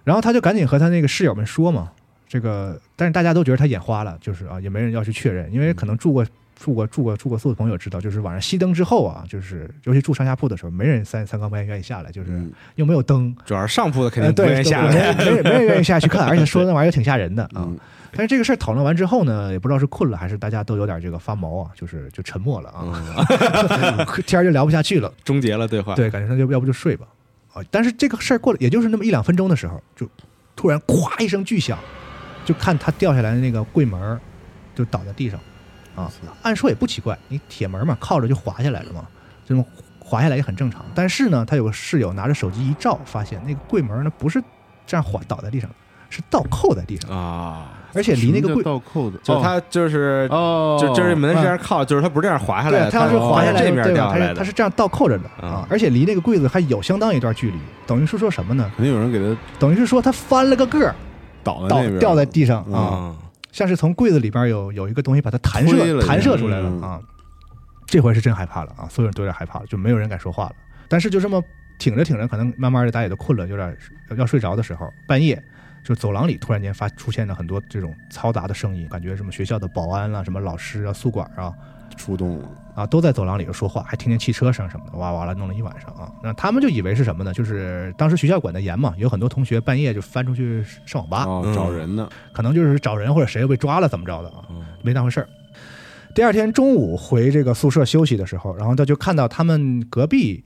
然后他就赶紧和他那个室友们说嘛，这个，但是大家都觉得他眼花了，就是啊，也没人要去确认，因
嗯
为可能住过住过住过住过宿的朋友知道，就是晚上熄灯之后啊，就是尤其住上下铺的时候，没人三三更半夜愿意下来，就是
嗯
又没有灯，
主要是上铺的肯
呃
定不
对，
愿意
对
下
没
来，啊
人没人没人愿意下去 看，而且说那玩意儿挺吓人的啊。
嗯
但是这个事儿讨论完之后呢，也不知道是困了还是大家都有点这个发毛啊，就是就沉默了
嗯
啊， 天儿就聊不下去了。
终结了对话。
对，感觉他就要不就睡吧啊。但是这个事儿过了，也就是那么一两分钟的时候，就突然咵一声巨响，就看他掉下来的那个柜门儿就倒在地上啊。按说也不奇怪，你铁门嘛，靠着就滑下来了嘛，这种滑下来也很正常。但是呢，他有个室友拿着手机一照，发现那个柜门呢不是这样滑倒在地上的，是倒扣在地上的，
啊，
而且离那个柜
倒扣的，
哦
就是他就是
哦，
就就是门是这样靠，就是他不是这样滑下来
对，啊
的，
他要是滑下
他
来，
是这面
对
掉
吧？
下
他
来
是
的
他是这样倒扣着的啊
啊，
而且离那个柜子还有相当一段距离，等于是说什么呢？
肯定有人给他
等于是说他翻了个个儿，
倒在啊那
倒
边，
掉在地上
嗯
啊，
啊，
像是从柜子里边有有一个东西把它弹
推
射
了一下
弹射出来了
嗯
啊。这回是真害怕了啊，所有人都有点害怕了，就没有人敢说话了。但是就这么挺着挺着，可能慢慢的大家也都困了，有点要睡着的时候，半夜就走廊里突然间发出现了很多这种嘈杂的声音，感觉什么学校的保安啦、什么老师啊、宿管啊，
出动了，
啊，都在走廊里头说话，还听见汽车声什么的，哇哇啦弄了一晚上啊。那他们就以为是什么呢？就是当时学校管得严嘛，有很多同学半夜就翻出去上网吧，
哦
嗯
找人呢，
可能就是找人或者谁又被抓了怎么着的啊，
嗯
没当回事儿。第二天中午回这个宿舍休息的时候，然后他就看到他们隔壁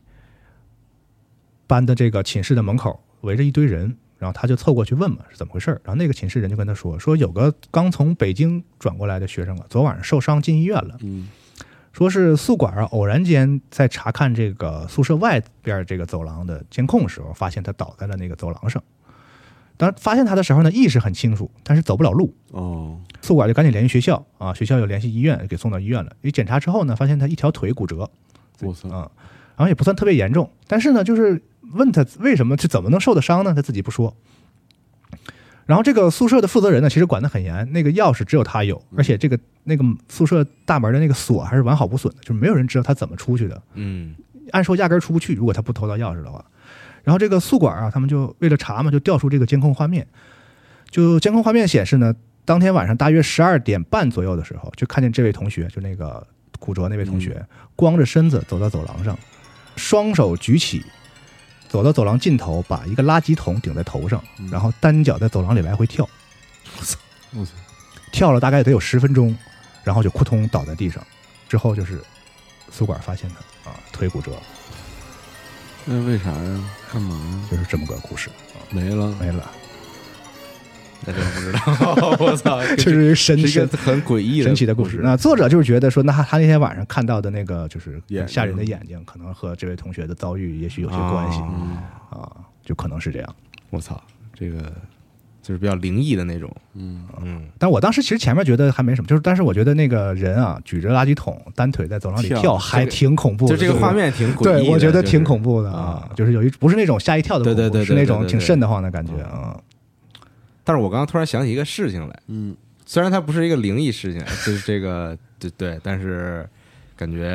班的这个寝室的门口围着一堆人，然后他就凑过去问嘛是怎么回事儿。然后那个寝室人就跟他说，说有个刚从北京转过来的学生啊，昨晚上受伤进医院了。
嗯，
说是宿管啊偶然间在查看这个宿舍外边这个走廊的监控时候，发现他倒在了那个走廊上。当发现他的时候呢，意识很清楚，但是走不了路。
哦，
宿管就赶紧联系学校啊，学校又联系医院，给送到医院了。一检查之后呢，发现他一条腿骨折，
我操，
啊，然后也不算特别严重，但是呢，就是问他为什么这怎么能受的伤呢？他自己不说。然后这个宿舍的负责人呢，其实管得很严，那个钥匙只有他有，而且这个那个宿舍大门的那个锁还是完好无损的，就是没有人知道他怎么出去的。
嗯
按说压根儿出不去，如果他不偷到钥匙的话。然后这个宿管啊，他们就为了查嘛，就调出这个监控画面。就监控画面显示呢，当天晚上大约十二点半左右的时候，就看见这位同学，就那个骨折那位同学，光着身子走到走廊上，双手举起，走到走廊尽头，把一个垃圾桶顶在头上，
嗯
然后单脚在走廊里来回跳，
我操，
跳了大概得有十分钟，然后就扑通倒在地上。之后就是宿管发现他啊，腿骨折，
那为啥呀？干嘛呀？
就是这么个故事。
没了，
没了，
那真不知道， 我 操，
这嗯是一个神
是一
神
个很诡异的
神奇的故事。那作者就是觉得说，那他他那天晚上看到的那个就是
眼睛
吓人的眼睛，可能和这位同学的遭遇也许有些关系
啊
嗯
啊，就可能是这样。
我操，这个就是比较灵异的那种，
嗯，
嗯，
但我当时其实前面觉得还没什么，就是但是我觉得那个人啊，举着垃圾桶单腿在走廊里
跳
跳，还
这个
挺恐怖的。
就这个
就是
画。面挺诡异的，
对，我觉得
就是
挺恐怖的啊，就是有一不是那种吓一跳的恐怖，
对对对对
是那种
对对
挺
对
瘆得慌的感觉啊。
但是我刚刚突然想起一个事情来，
嗯，
虽然它不是一个灵异事情，就是这个对对，但是感觉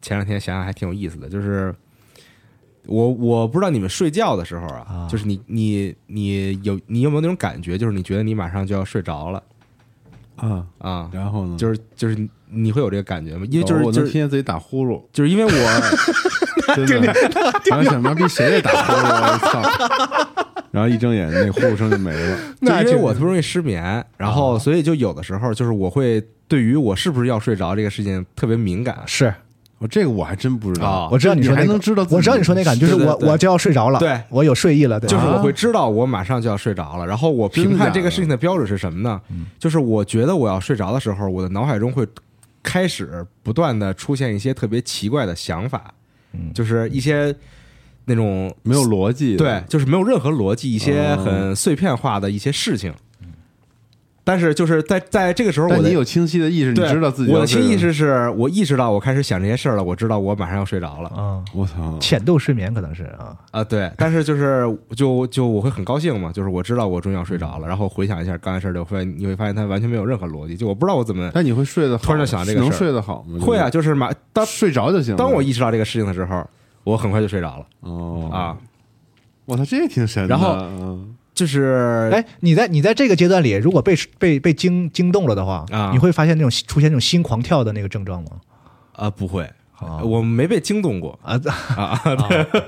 前两天想想还挺有意思的，就是我我不知道你们睡觉的时候啊，
啊
就是你你你有你有没有那种感觉，就是你觉得你马上就要睡着了
啊，
啊，
嗯
然后呢？
就是就是你你会有这个感觉吗？因为就
哦
是
我
就
能
是
听见自己打呼噜，
就是因为我。
真的，然后想妈逼谁也打呼噜，啊我操！然后一睁眼，那呼噜声就没了。
就
那
因为
就
我特别容易失眠，
啊
然后所以就有的时候就是我会对于我是不是要睡着这个事情特别敏感
啊
是
我哦这个我还真不知道
啊，
我知道
你
说
还
那
能
个，
知道自己，
我知道你说那感觉，就是
对对
我
对
我就要睡着了，
对
我有睡意了，对，
就是
啊
我会知道我马上就要睡着了，然后我评判这个事情的标准是什么呢？
嗯
就是我觉得我要睡着的时候，我的脑海中会开始不断的出现一些特别奇怪的想法，
嗯
就是一些那种
没有逻辑，
对，，就是没有任何逻辑，一些
哦
很碎片化的一些事情。但是就是在在这个时候，我
但
的
你有清晰的意识，你
对，
知道自己
我
要
的
睡
潜
了
意识是我意识到我开始想这些事儿了，我知道我马上要睡着了
啊，
我操，
浅度睡眠可能是啊，
啊，对。但是就是就就我会很高兴嘛，就是我知道我终于要睡
嗯
着了，然后回想一下刚才事儿，就会你会发现它完全没有任何逻辑，就我不知道我怎么
但你会睡得好，
突然就想这个事儿
能睡得好吗？
会啊，，就是马当
睡着就行了。
当我意识到这个事情的时候，我很快就睡着了
哦
啊。
哇，他这也挺神的。
然后
嗯
就是
哎，你在你在这个阶段里，如果被被被惊惊动了的话，
啊
你会发现那种出现那种心狂跳的那个症状吗？
啊不会，
呃哦
啊
我没被惊动过
啊，
啊。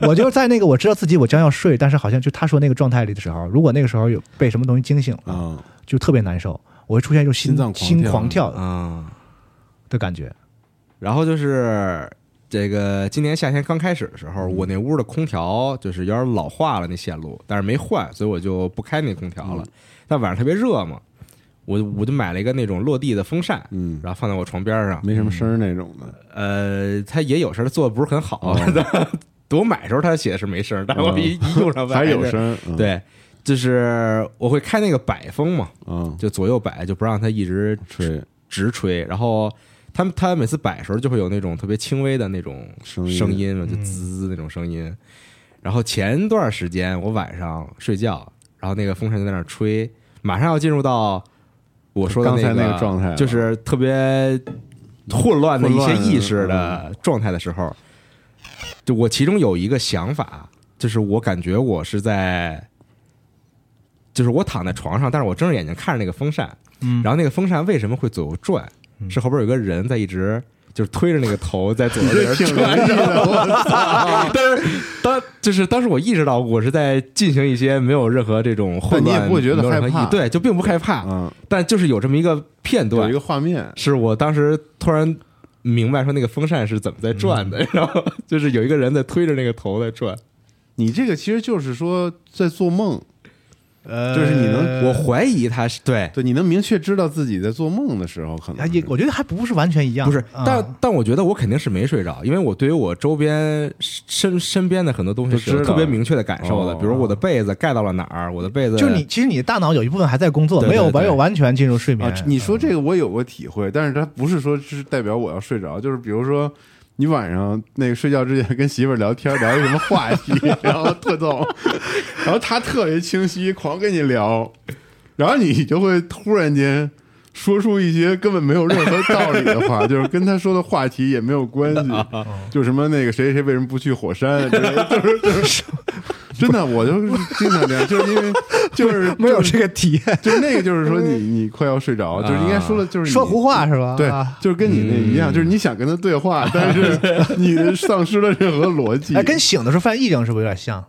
我就是在那个我知道自己我将要睡，但是好像就他说那个状态里的时候，如果那个时候有被什么东西惊醒了，
嗯
啊，
就特别难受，我会出现一种
心
心
脏狂跳啊
心狂跳
嗯，
的感觉。
然后就是这个今年夏天刚开始的时
嗯
候，我那屋的空调就是有点老化了那线路，但是没坏，所以我就不开那空调
嗯
了。但晚上特别热嘛，我我就买了一个那种落地的风扇，
嗯，
然后放在我床边上。
没什么声儿那种的，
呃，它也有声儿，做的不是很好。
哦
我买的时候它写的是没声儿，但我一一用上发
还
现
有
是
声儿。嗯，
对，就是我会开那个摆风嘛，
嗯，
就左右摆，就不让它一直
吹
直吹。然后他们他每次摆的时候就会有那种特别轻微的那种
声音
声音嘛，就滋那种声音。然后前段时间我晚上睡觉，然后那个风扇就在那儿吹，马上要进入到我说的
刚才
那
那个状态了
就是特别混乱的一些意识的状态的时候，就我其中有一个想法，就是我感觉我是在，就是我躺在床上，但是我睁着眼睛看着那个风扇，
嗯
然后那个风扇为什么会左右转？是后边有个人在一直就是推着那个头在左右在那儿
挺
转，
文艺的，我
但是当就是当时我意识到我是在进行一些没有任何这种混
但你也
乱，
不会觉得
没有任何
害怕
意对，就并不害怕，
嗯，
但就是有这么一个片
有
段
一个，画面，
是我当时突然明白说那个风扇是怎么在转
嗯
的， 然后就是有一个人在推着那个头在转，
你这个其实就是说在做梦，
呃
就是你能
我怀疑他是对。
对，你能明确知道自己在做梦的时候，可能
哎
还也
是
我觉得还不是完全一样，
不是，
啊
但但我觉得我肯定是没睡着，因为我对于我周边身身边的很多东西是
都
有
知道
特别明确的感受的，
哦
比如我的被子盖到了哪儿，我的被子
就是你其实你的大脑有一部分还在工作，
对对
没有
对
没有完全进入睡眠
啊。，你说这个我有过体会，但是它不是说是代表我要睡着，就是比如说你晚上那个睡觉之前跟媳妇儿聊天，聊一什么话题， 然后特逗，然后她特别清晰，狂跟你聊，然后你就会突然间。说出一些根本没有任何道理的话，就是跟她说的话题也没有关系，
啊
就什么那个谁谁为什么不去火山，啊就是就是就是，真的，我就是经常这样，就是因为就是
没有
就是
这个体验，
就是那个，就是说你你快要睡着，就是应该说了，就是你
说胡，话是吧？
对
啊，
就是跟你那一样，就是你想跟他对 话，但是你丧失了任何逻辑
哎，，跟醒的时候犯癔症是不是有点像？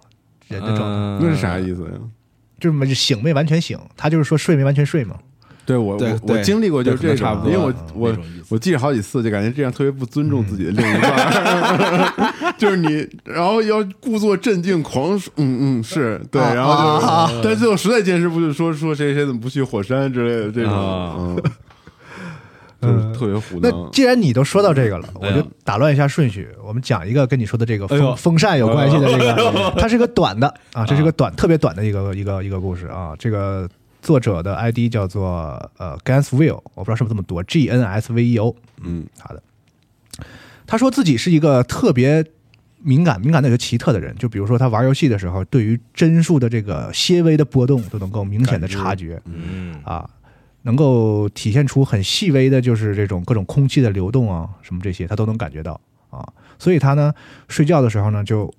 人的状态
嗯
那是啥意思呀？
就是没醒没完全醒，他就是说睡没完全睡嘛。
对我
对
我
对
我经历过就是这
对可能差
种
不，
因
多嗯
为我
那
我
种意思
我记着好几次，就感觉这样特别不尊重自己的另一半
嗯
儿，就是你，然后要故作镇静，狂说 嗯嗯是对，
啊
然后就是，但最后实在坚持不住，说说谁谁怎么不去火山之类的这
啊
种， 嗯，就是特别胡
那
闹。
既然你都说到这个了，
哎
我
呀
就打乱一下顺序，我们讲一个跟你说的这个
哎呦
风风扇有关系的这个， 它是个短的啊，这是个短特别短的一个一个一个故事啊。这个作者的 ID 叫做呃 Gansville，我不知道是不是这么读，G N S V E O。
嗯，
好的。他说自己是一个特别敏感、敏感的有奇特的人，就比如说他玩游戏的时候，对于帧数的这个些微的波动都能够明显的察觉
嗯
啊，能够体现出很细微的，就是这种各种空气的流动啊，什么这些他都能感觉到啊。所以他呢，睡觉的时候呢，就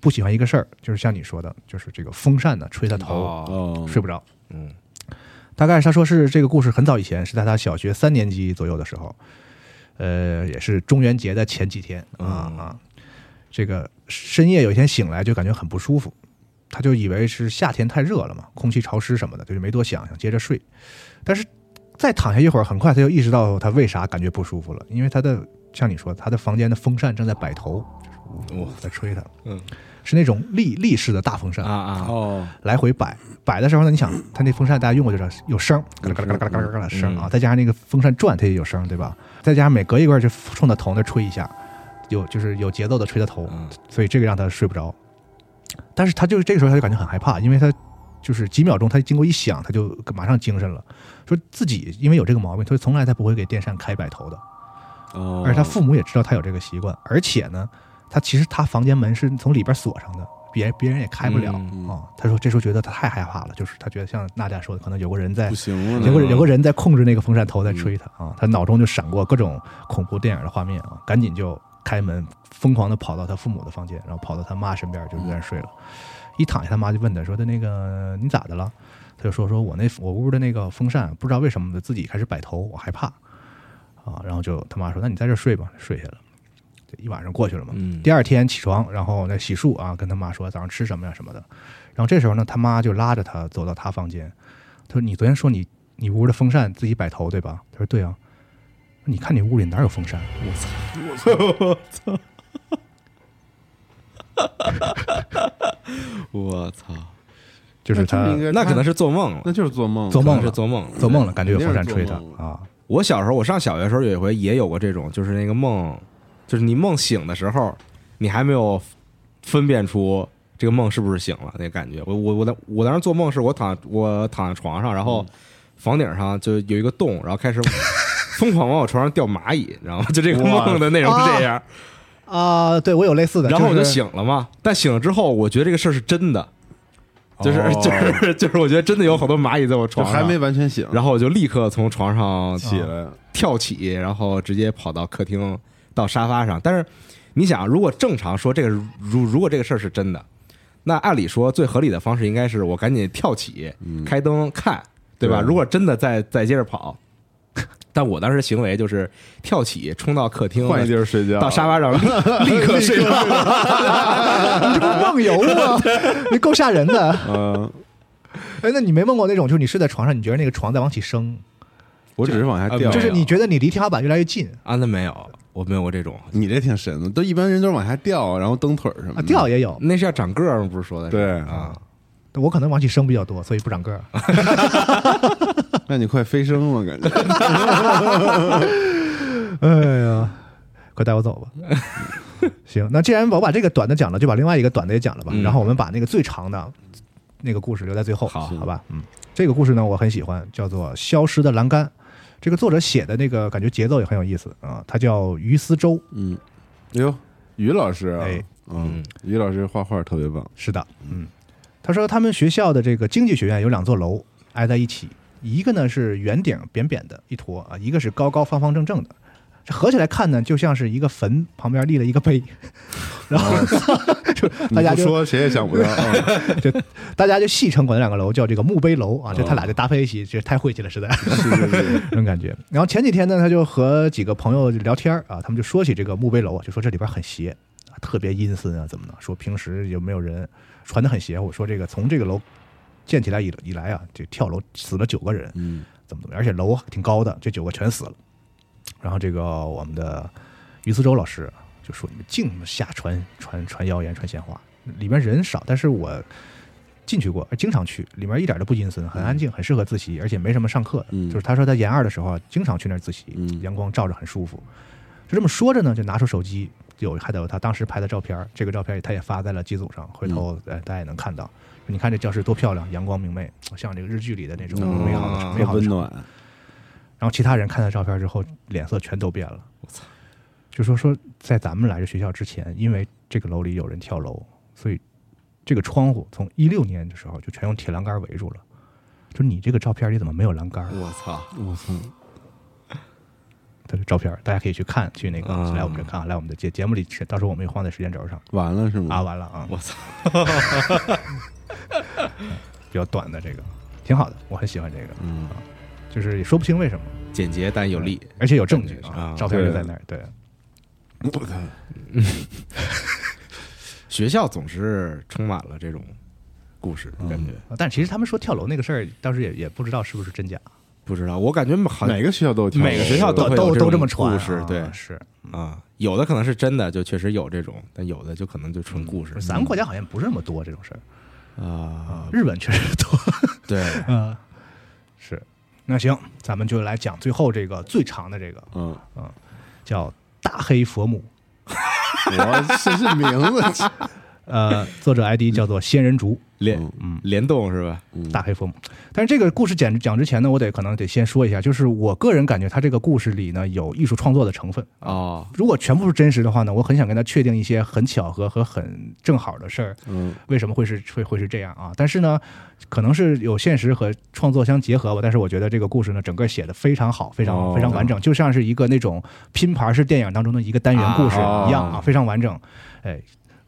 不喜欢一个事儿，就是像你说的，就是这个风扇呢吹他头，
哦，
哦
睡不着。
嗯
大概他说是这个故事很早以前，是在他小学三年级左右的时候，呃，也是中元节的前几天啊
嗯
啊，这个深夜有一天醒来就感觉很不舒服，他就以为是夏天太热了嘛，空气潮湿什么的，就是没多想，想接着睡，但是再躺下一会儿，很快他就意识到他为啥感觉不舒服了，因为他的像你说，他的房间的风扇正在摆头，就是呜
哇
在吹他，
嗯
是那种立立式的大风扇
啊啊，
哦，
来回摆摆的时候呢，你想它那风扇大家用过就知道有声儿，嘎啦嘎啦嘎啦嘎啦嘎啦嘎啦声儿啊，再加上那个风扇转它也有声儿，对吧？再加上每隔一会儿就冲他头那吹一下，有就是有节奏的吹他头，
嗯
所以这个让他睡不着。但是他就是这个时候他就感觉很害怕，因为他就是几秒钟，他经过一响，他就马上精神了，说自己因为有这个毛病，他说从来他不会给电扇开摆头的，
哦
而他父母也知道他有这个习惯，而且呢，他其实他房间门是从里边锁上的，别人别人也开不了啊、
嗯
他说这时候觉得他太害怕了，就是他觉得像娜姐说的，可能有个人在
不，行了，
有个人有个人在控制那个风扇头在吹他啊，他脑中就闪过各种恐怖电影的画面啊，赶紧就开门，疯狂的跑到他父母的房间，然后跑到他妈身边就在那儿睡了，一躺下，他妈就问他说的那个你咋的了？他就说说我那我屋的那个风扇不知道为什么的自己开始摆头，我害怕啊。然后就他妈说那你在这儿睡吧，睡下了，这一晚上过去了嘛。
嗯
第二天起床，然后那洗漱啊，跟他妈说早上吃什么呀什么的。然后这时候呢，他妈就拉着他走到他房间，他说：“你昨天说你你屋的风扇自己摆头对吧？”他说：“对啊。”你看你屋里哪有风扇？我操！
我操，
就是
那这
他
么应该
那可能是做梦
那
了，
就是做梦，
做
可
梦
能是
了
做梦了。
做梦了，感觉有风扇吹他
肯定是做
啊。
我小时候，我上小学的时候有一回也有过这种，就是那个梦，就是你梦醒的时候，你还没有分辨出这个梦是不是醒了那个感觉。我我我当我当时做梦是我躺我躺在床上，然
嗯
后房顶上就有一个洞，然后 开始疯狂往我床上掉蚂蚁，然后就这个
哇哦
梦的内容是这样。
啊，对我有类似的，
然后我就是醒了嘛，但醒了之后，我觉得这个事儿是真的， 就是、就是就是，我觉得真的有好多蚂蚁在我
哦就
床上，
还没完全醒，
然后我啊就立刻从床上
起来，
跳起，然后直接跑到客厅到沙发上。但是你想，如果正常说这个如如果这个事儿是真的，那按理说最合理的方式应该是我赶紧跳起
嗯，
开灯看，对吧？
对
如果真的再再接着跑，但我当时行为就是跳起冲到客厅，
换一地儿睡觉，
到沙发上 立立刻睡着。
你 这不是梦 游吗？你够吓人的。
嗯，
哎，那你没梦过那种，就是你睡在床上，你觉得那个床在往起升，
我只是往下掉，
没有
就是你觉得你离天花板越来越近
啊，那没有，我没有过这种，
你这挺神的，都一般人都是往下掉，然后蹬腿儿什么
啊？
嗯
的，
掉也有，
那是要长个儿吗？不是说的是
对
啊，
我可能往起升比较多，所以不长 个儿。
啊
那你快飞升了，感觉
哎呀，快带我走吧。 行，那既然我把这个短的讲了，就把另外一个短的也讲了吧。
嗯
然后我们把那个最长的那个故事留在最后，
好
好吧？嗯，这个故事呢，我很喜欢，叫做《消失的栏杆》。这个作者写的那个感觉节奏也很有意思啊，他叫于思周，
嗯，哎呦，于老师啊
哎，
嗯，于老师画画特别棒，
是的，嗯，他说他们学校的这个经济学院有两座楼挨在一起，一个呢是圆顶扁扁的一坨啊，一个是高高方方正正的，这合起来看呢，就像是一个坟旁边立了一个碑， 然后 就大家
你不
就
说谁也想 不到，嗯
大家就戏称管这两个楼叫这个墓碑楼啊，这他俩就搭配一起，这太晦气了，实在。
哦 是是是，
那种感觉。然后前几天呢，他就和几个朋友聊天儿啊，他们就说起这个墓碑楼啊，就说这里边很邪，啊特别阴森啊，怎么的？说平时有没有人传的很邪乎？我说这个从这个楼建起来以以来啊，这跳楼死了九个人，
嗯，
怎么怎么样，而且楼挺高的，这九个全死了。然后这个我们的于思周老师就说：“你们净瞎传传传谣言、传闲话，里面人少，但是我进去过，经常去，里面一点都不阴森，很安静，很适合自习，而且没什么上课的。
嗯
就是他说他研二的时候啊经常去那儿自习，
嗯
阳光照着很舒服。就这么说着呢，就拿出手机，有还得有他当时拍的照片儿，这个照片儿他也发在了机组上，回头呃大家也能看到。”你看这教室多漂亮，阳光明媚，像这个日剧里的那种美好的、
哦
美
特
好的
啊温
场景
暖，
然后其他人看到照片之后，脸色全都变了。我操！就说说在咱们来这学校之前，因为这个楼里有人跳楼，所以这个窗户从一六年的时候就全用铁栏杆围住了。就你这个照片里怎么没有栏杆？啊
嗯
我操，
我操，
他的照片大家可以去看，去那个
啊
来我们这看，来我们的节节目里，到时候我们也放在时间轴上
完了
嗯
是
啊。
吗？
完了啊，
我操，
比较短的这个挺好的，我很喜欢这个，
嗯，
就是也说不清为什么，
简洁但有力。
而且有证据
啊
啊，照片就在那儿，对。嗯
我操，
学校总是充满了这种故事，
嗯
感觉、
啊但其实他们说跳楼那个事儿，当时也也不知道是不是真假，啊
不知道，我感觉好像
哪个学校都有跳楼，
每个学校
都
会有
都
这种
都这么传啊，
故事对
是。
啊，有的可能是真的，就确实有这种，但有的就可能就纯故事。
嗯
嗯
咱们国家好像不是那么多这种事儿，
啊，
日本确实多。
对，
嗯，是。那行，咱们就来讲最后这个最长的这个，
嗯，
叫大黑佛母。
我这是 名字，
呃，作者 ID 叫做仙人竹，
联
嗯
联动是吧？
大黑佛母。但是这个故事讲讲之前呢，我得可能得先说一下，就是我个人感觉它这个故事里呢有艺术创作的成分，
哦，
如果全部是真实的话呢，我很想跟他确定一些很巧合和很正好的事儿，
嗯，
为什么会是会会是这样啊？但是呢，可能是有现实和创作相结合吧。但是我觉得这个故事呢，整个写的非常好，非常、
哦
非常完整，就像是一个那种拼盘式电影当中的一个单元故事一样啊，
哦
非常完整。哎，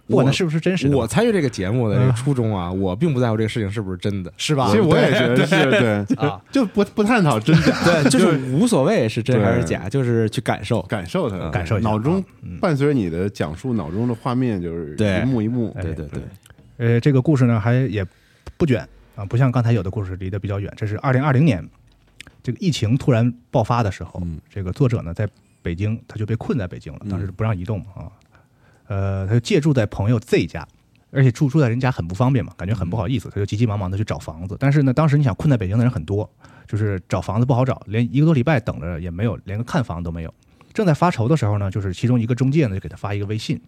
不管它是不是真实的吧，
我参与这个节目的这个初衷啊，我并不在乎这个事情是不是真的，
是吧？
其实我也觉得是对，
啊，
就不不探讨真假，
对，就是无所谓是真还是假，就是去感受。
感受它，
感受一下
脑中
嗯
伴随着你的讲述，脑中的画面就是
对
一幕一幕，
哎
对对对，
呃，这个故事呢还也不卷啊，不像刚才有的故事离得比较远。这是二零二零年这个疫情突然爆发的时候，
嗯
这个作者呢在北京他就被困在北京了，当时
嗯
不让移动嘛啊，呃，他就借住在朋友 Z 家。而且住住在人家很不方便嘛，感觉很不好意思，他就急急忙忙的去找房子。但是呢，当时你想困在北京的人很多，就是找房子不好找，连一个多礼拜等着也没有，连个看房都没有。正在发愁的时候呢，就是其中一个中介呢就给他发一个微信，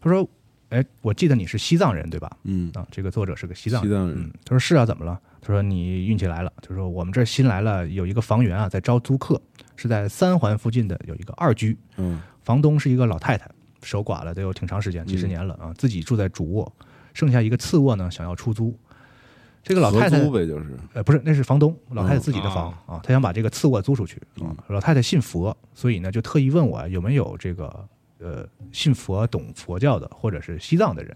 他说：“哎，我记得你是西藏人对吧？
嗯，
啊，这个作者是个西
西
藏人。
藏人
嗯，他说是啊，怎么了？他说你运气来了。他说我们这儿新来了有一个房源啊，在招租客，是在三环附近的有一个二居，
嗯
房东是一个老太太，守寡了得有挺长时间，几十年了啊，自己住在主卧，剩下一个次卧呢想要出租。这个老太太
合租呗，就是
呃，不是，那是房东老太太自己的
嗯
房、啊，她想把这个次卧租出去啊
嗯。
老太太信佛，所以呢就特意问我有没有这个呃信佛懂佛教的或者是西藏的人，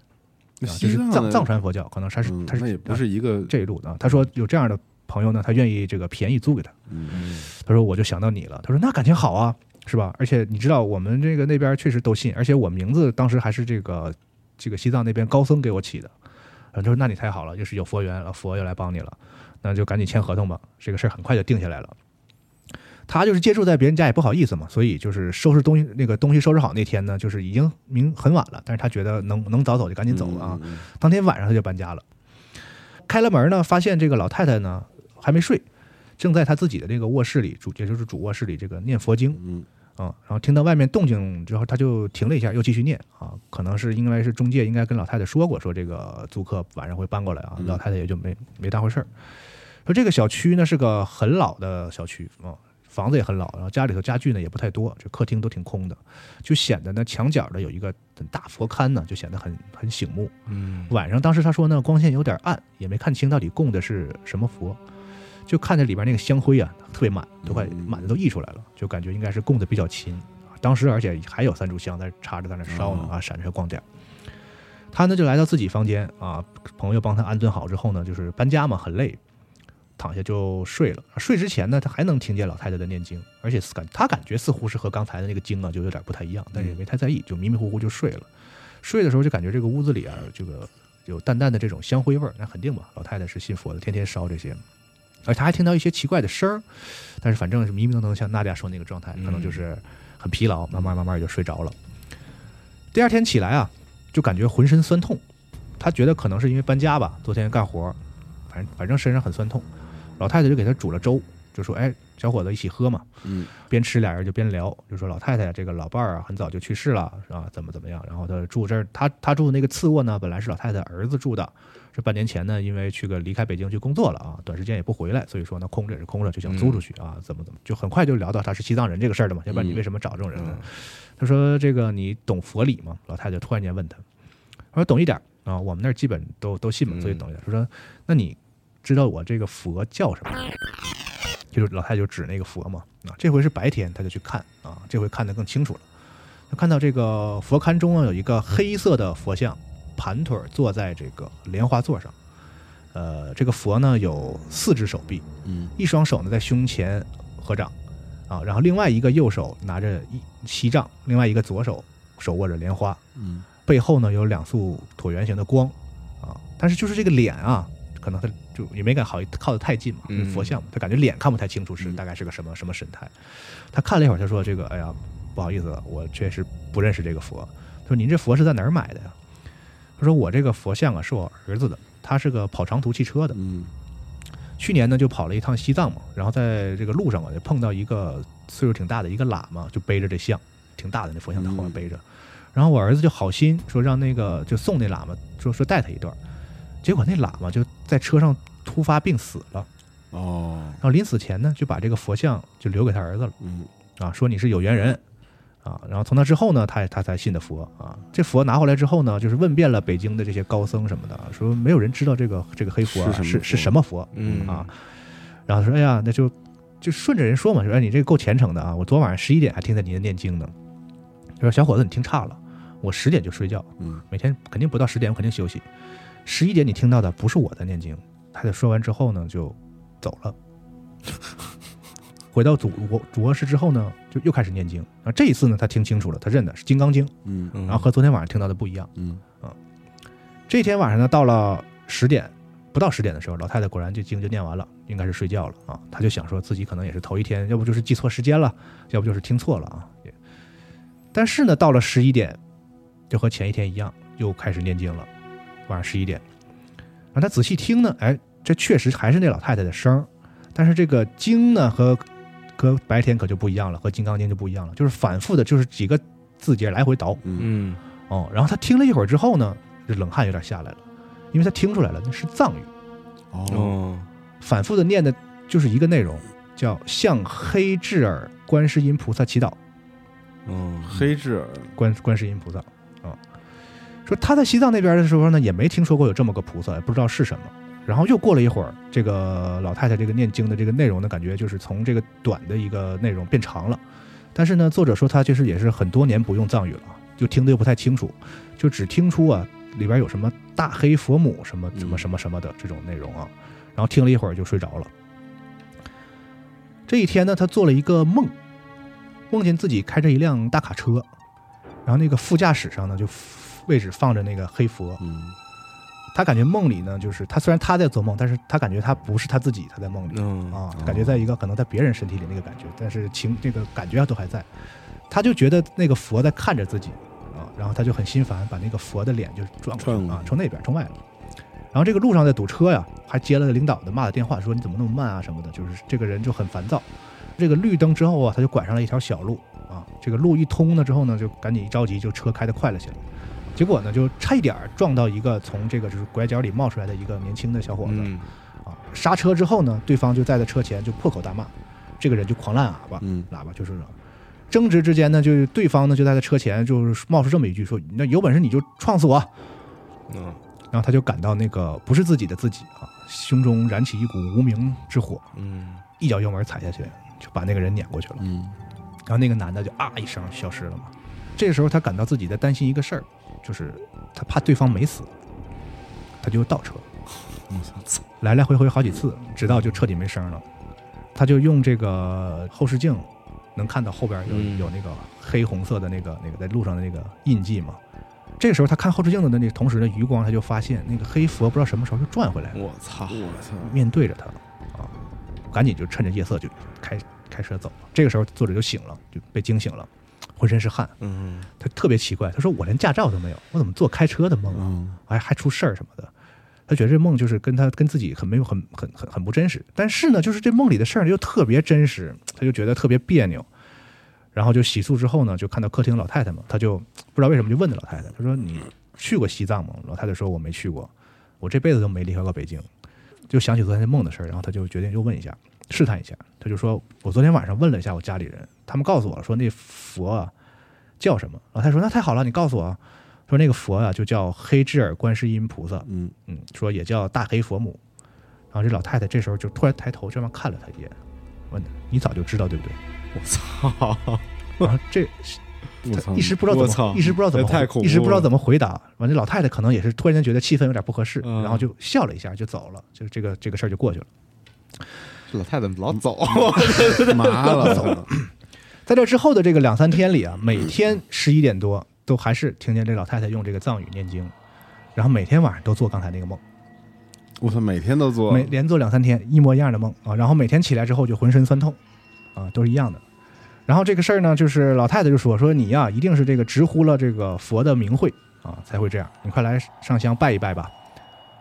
啊，就
西
是
藏
藏
的
藏传佛教，可能他是
嗯
他是
那也不是一个
这一路的啊。他说有这样的朋友呢，他愿意这个便宜租给他。
嗯
他说我就想到你了。他说那感情好啊，是吧？而且你知道我们这个那边确实都信，而且我名字当时还是这个这个西藏那边高僧给我起的。然后他说那你太好了，就是有佛缘了，佛又来帮你了，那就赶紧签合同吧。这个事儿很快就定下来了。他就是借住在别人家也不好意思嘛，所以就是收拾东西，那个东西收拾好那天呢，就是已经明很晚了，但是他觉得能能早走就赶紧走了啊。，
嗯
当天晚上他就搬家了。开了门呢，发现这个老太太呢还没睡，正在她自己的这个卧室里，主也就是主卧室里这个念佛经
嗯
啊、然后听到外面动静之后，他就停了一下，又继续念啊。可能是应该是中介应该跟老太太说过，说这个租客晚上会搬过来啊，
嗯
老太太也就没没当回事儿。说这个小区呢是个很老的小区啊、房子也很老，然后家里头家具呢也不太多，这客厅都挺空的，就显得呢墙角的有一个很大佛龛呢，就显得很很醒目。
嗯，
晚上当时他说呢，光线有点暗，也没看清到底供的是什么佛，就看见里边那个香灰啊，特别满，都快满的都溢出来了，就感觉应该是供的比较勤。当时而且还有三炷香在插着在那烧呢啊，闪着光点儿。他呢就来到自己房间啊，朋友帮他安顿好之后呢，就是搬家嘛，很累，躺下就睡了。睡之前呢，他还能听见老太太在念经，而且似感他感觉似乎是和刚才的那个经啊就有点不太一样，但是也没太在意，就迷迷糊糊就睡了。睡的时候就感觉这个屋子里啊，这个有淡淡的这种香灰味儿，那肯定吧，老太太是信佛的，天天烧这些。而他还听到一些奇怪的声儿，但是反正是迷迷瞪瞪，像娜迪亚说那个状态，可能就是很疲劳，慢慢慢慢也就睡着了。第二天起来啊，就感觉浑身酸痛，他觉得可能是因为搬家吧，昨天干活，反正反正身上很酸痛。老太太就给他煮了粥，就说：“哎，小伙子一起喝嘛。”
嗯，
边吃俩人就边聊，就说老太太这个老伴儿啊，很早就去世了啊，怎么怎么样。然后她住这儿，她她住的那个次卧呢，本来是老太太儿子住的，这半年前呢，因为去个离开北京去工作了啊，短时间也不回来，所以说呢，空着也是空着，就想租出去啊，怎么怎么，就很快就聊到他是西藏人这个事儿了嘛，要不然你为什么找这种人呢？他说这个你懂佛理吗？老太太突然间问他，我说懂一点儿啊，我们那儿基本都都信嘛，所以懂一点儿。他说那你知道我这个佛叫什么吗？就是老太太就指那个佛嘛，啊，这回是白天，他就去看啊，这回看得更清楚了。他看到这个佛龛中啊有一个黑色的佛像，盘腿儿坐在这个莲花座上。呃，这个佛呢有四只手臂，
嗯
一双手呢在胸前合掌，啊，然后另外一个右手拿着一锡杖，另外一个左手手握着莲花，
嗯
背后呢有两束椭圆形的光，啊，但是就是这个脸啊，可能他就也没敢好靠得太近嘛，
嗯
是佛像嘛，他感觉脸看不太清楚是
嗯
大概是个什么什么神态。他看了一会儿，他说：“这个，哎呀，不好意思，我确实不认识这个佛。”他说：“您这佛是在哪儿买的呀？”他说：“我这个佛像啊是我儿子的，他是个跑长途汽车的。”
嗯
去年呢就跑了一趟西藏嘛，然后在这个路上啊就碰到一个岁数挺大的一个喇嘛，就背着这像，挺大的那佛像，他后面背着。然后我儿子就好心说让那个就送那喇嘛，说说带他一段儿，结果那喇嘛就在车上突发病死了，
哦
然后临死前呢就把这个佛像就留给他儿子了。
嗯
啊，说你是有缘人啊。然后从那之后呢，他也他才信的佛啊。这佛拿回来之后呢，就是问遍了北京的这些高僧什么的，说没有人知道这个这个黑佛、啊、
是什么
是是
佛
什么佛，
嗯
啊。然后说哎呀，那就就顺着人说嘛，说哎你这个够虔诚的啊，我昨晚上十一点还听见您念经呢。他说小伙子你听差了。我十点就睡觉，
嗯，
每天肯定不到十点，我肯定休息。十一点你听到的不是我在念经，他在说完之后呢就走了，回到主卧主卧室之后呢就又开始念经。然后这一次呢他听清楚了，他认的是《金刚经》，
嗯
嗯
然后和昨天晚上听到的不一样。
嗯
这天晚上呢，到了十点，不到十点的时候，老太太果然就经就念完了，应该是睡觉了啊。她就想说自己可能也是头一天，要不就是记错时间了，要不就是听错了啊。也但是呢，到了十一点，就和前一天一样，又开始念经了。晚上十一点，然后她仔细听呢，哎，这确实还是那老太太的声儿，但是这个经呢和和白天可就不一样了，和《金刚经》就不一样了，就是反复的，就是几个字节来回倒。
嗯
嗯
哦，然后他听了一会儿之后呢，这冷汗有点下来了，因为他听出来了那是藏语，
哦
哦
反复的念的就是一个内容，叫向黑智尔观世音菩萨祈祷，
哦，
黑智耳
观观世音菩萨啊、说他在西藏那边的时候呢，也没听说过有这么个菩萨，也不知道是什么。然后又过了一会儿，这个老太太这个念经的这个内容呢，感觉就是从这个短的一个内容变长了。但是呢，作者说他就是也是很多年不用藏语了，就听得又不太清楚，就只听出啊里边有什么大黑佛母什么什么什么什么的这种内容啊。然后听了一会儿就睡着了。这一天呢，他做了一个梦，梦见自己开着一辆大卡车，然后那个副驾驶上呢就位置放着那个黑佛，
嗯
他感觉梦里呢就是他虽然他在做梦，但是他感觉他不是他自己，他在梦里
嗯
啊，感觉在一个可能在别人身体里那个感觉，但是情这个感觉都还在，他就觉得那个佛在看着自己啊，然后他就很心烦，把那个佛的脸就转过
转
去
过
啊，
去
冲那边冲外了。然后这个路上在堵车呀，还接了领导的骂的电话，说你怎么那么慢啊什么的，就是这个人就很烦躁。这个绿灯之后啊，他就拐上了一条小路啊，这个路一通了之后呢，就赶紧一着急，就车开得快了些了。结果呢，就差一点儿撞到一个从这个就是拐角里冒出来的一个年轻的小伙子，
嗯
啊，刹车之后呢，对方就在他车前就破口大骂，这个人就狂按喇叭，
嗯
喇叭就是争执之间呢，就是对方呢就在他车前就是冒出这么一句说：“那有本事你就撞死我
嗯！”
然后他就感到那个不是自己的自己啊，胸中燃起一股无名之火，
嗯
一脚油门踩下去，就把那个人撵过去了。
嗯
然后那个男的就啊一声消失了嘛。这时候他感到自己在担心一个事儿，就是他怕对方没死，他就倒车，来来回回好几次，直到就彻底没声了。他就用这个后视镜能看到后边有
嗯
有那个黑红色的那个那个在路上的那个印记嘛。这个时候他看后视镜的那同时呢，余光他就发现那个黑佛不知道什么时候就转回来了，
我 操，
我操
面对着他啊，赶紧就趁着夜色就开开车走了。这个时候作者就醒了，就被惊醒了，浑身是汗，
嗯
他特别奇怪，他说我连驾照都没有，我怎么做开车的梦啊？
嗯
还还出事儿什么的。他觉得这梦就是跟他跟自己很没有很很很很不真实，但是呢，就是这梦里的事儿又特别真实，他就觉得特别别扭。然后就洗漱之后呢，就看到客厅老太太嘛，他就不知道为什么就问那老太太，他说你去过西藏吗？老太太说我没去过，我这辈子都没离开过北京。就想起昨天的梦的事儿，然后他就决定又问一下，试探一下。他就说我昨天晚上问了一下我家里人，他们告诉我说那佛啊叫什么？老太太说那太好了，你告诉我啊。说那个佛啊就叫黑智尔观世音菩萨，
嗯
嗯，说也叫大黑佛母。然后这老太太这时候就突然抬头这么看了他一眼，问他：“你早就知道对不对
我操，？”
然后这
我操
一时不知道
我
怎
操
么，一时不知道怎么
这太恐怖
回，
了
一时不知道怎么回答。完，这老太太可能也是突然间觉得气氛有点不合适，
嗯
然后就笑了一下就走了，就这个这个事儿就过去了。
这老太太老走，
嗯麻了，
在这之后的这个两三天里啊，每天十一点多都还是听见这老太太用这个藏语念经，然后每天晚上都做刚才那个梦。
我操，每天都做，
每连做两三天一模一样的梦啊，然后每天起来之后就浑身酸痛，啊，都是一样的。然后这个事儿呢，就是老太太就说说你呀、一定是这个直呼了这个佛的名讳啊，才会这样。你快来上香拜一拜吧。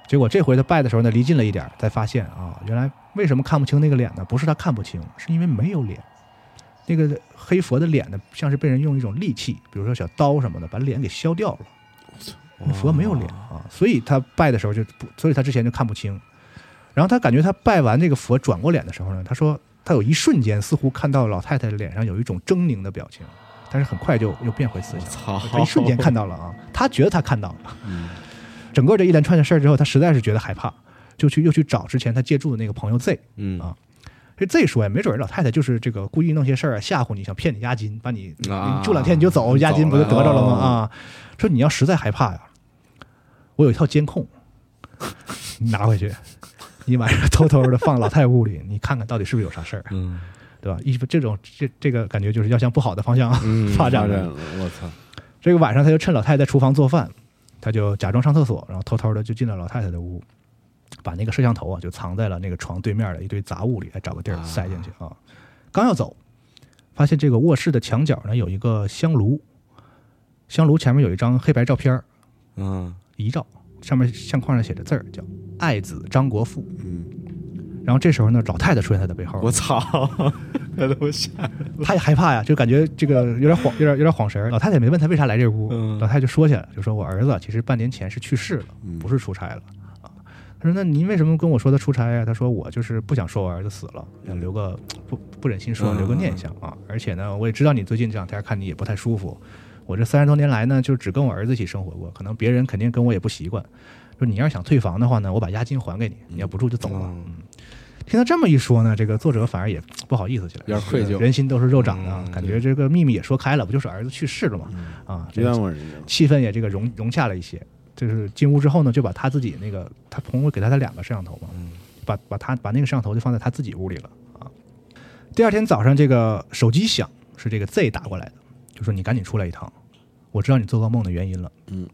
结果这回他拜的时候呢，离近了一点儿，才发现啊，原来为什么看不清那个脸呢？不是他看不清，是因为没有脸。那个黑佛的脸呢，像是被人用一种利器，比如说小刀什么的，把脸给削掉了。那佛没有脸啊，所以他拜的时候就不，所以他之前就看不清。然后他感觉他拜完这个佛转过脸的时候呢，他说他有一瞬间似乎看到老太太脸上有一种狰狞的表情，但是很快就又变回慈祥。
操
他一瞬间看到了啊，他觉得他看到了。
嗯
整个这一连串的事儿之后，他实在是觉得害怕，就去又去找之前他借住的那个朋友 Z，
嗯
啊这这一说呀，没准儿老太太就是这个故意弄些事儿啊吓唬你，想骗你押金，把你
啊
你住两天你就走，押金不就得着了吗？啊，说你要实在害怕呀，我有一套监控，你拿回去，你晚上偷偷的放老太太屋里，你看看到底是不是有啥事儿，
嗯
对吧？一这种这这个感觉就是要向不好的方向嗯发展了。
了，我操，
这个晚上他就趁老太太在厨房做饭，他就假装上厕所，然后偷偷的就进了老太太的屋，把那个摄像头啊就藏在了那个床对面的一堆杂物里，哎找个地儿塞进去啊。刚要走，发现这个卧室的墙角呢有一个香炉，香炉前面有一张黑白照片儿
嗯
遗照，上面相框上写着字儿叫“爱子张国富
嗯，”。
然后这时候呢，老太太出现在他背后，
哦 我操，那都吓
他也害怕呀，就感觉这个有点晃，有点有点晃神儿。老太太也没问他为啥来这屋，
嗯
老太太就说起来了，就说我儿子其实半年前是去世了，
嗯
不是出差了啊。他说那您为什么跟我说他出差呀、他说我就是不想说我儿子死了，想留个不不忍心说
嗯
留个念想啊。而且呢，我也知道你最近这两天看你也不太舒服，我这三十多年来呢，就只跟我儿子一起生活过，可能别人肯定跟我也不习惯。说你要是想退房的话呢，我把押金还给你，你要不住就走吧。
嗯
嗯听他这么一说呢，这个作者反而也不好意思起来，
有点愧疚
人心都是肉长的啊，
嗯
感觉这个秘密也说开了，不就是儿子去世了吗？啊，这
冤
个
枉人家了，
气氛也这个融融洽了一些。就是进屋之后呢，就把他自己那个他朋友给他的两个摄像头嘛，
嗯
把把他把那个摄像头就放在他自己屋里了啊。第二天早上，这个手机响，是这个 Z 打过来的，就说你赶紧出来一趟，我知道你做噩梦的原因了。
嗯，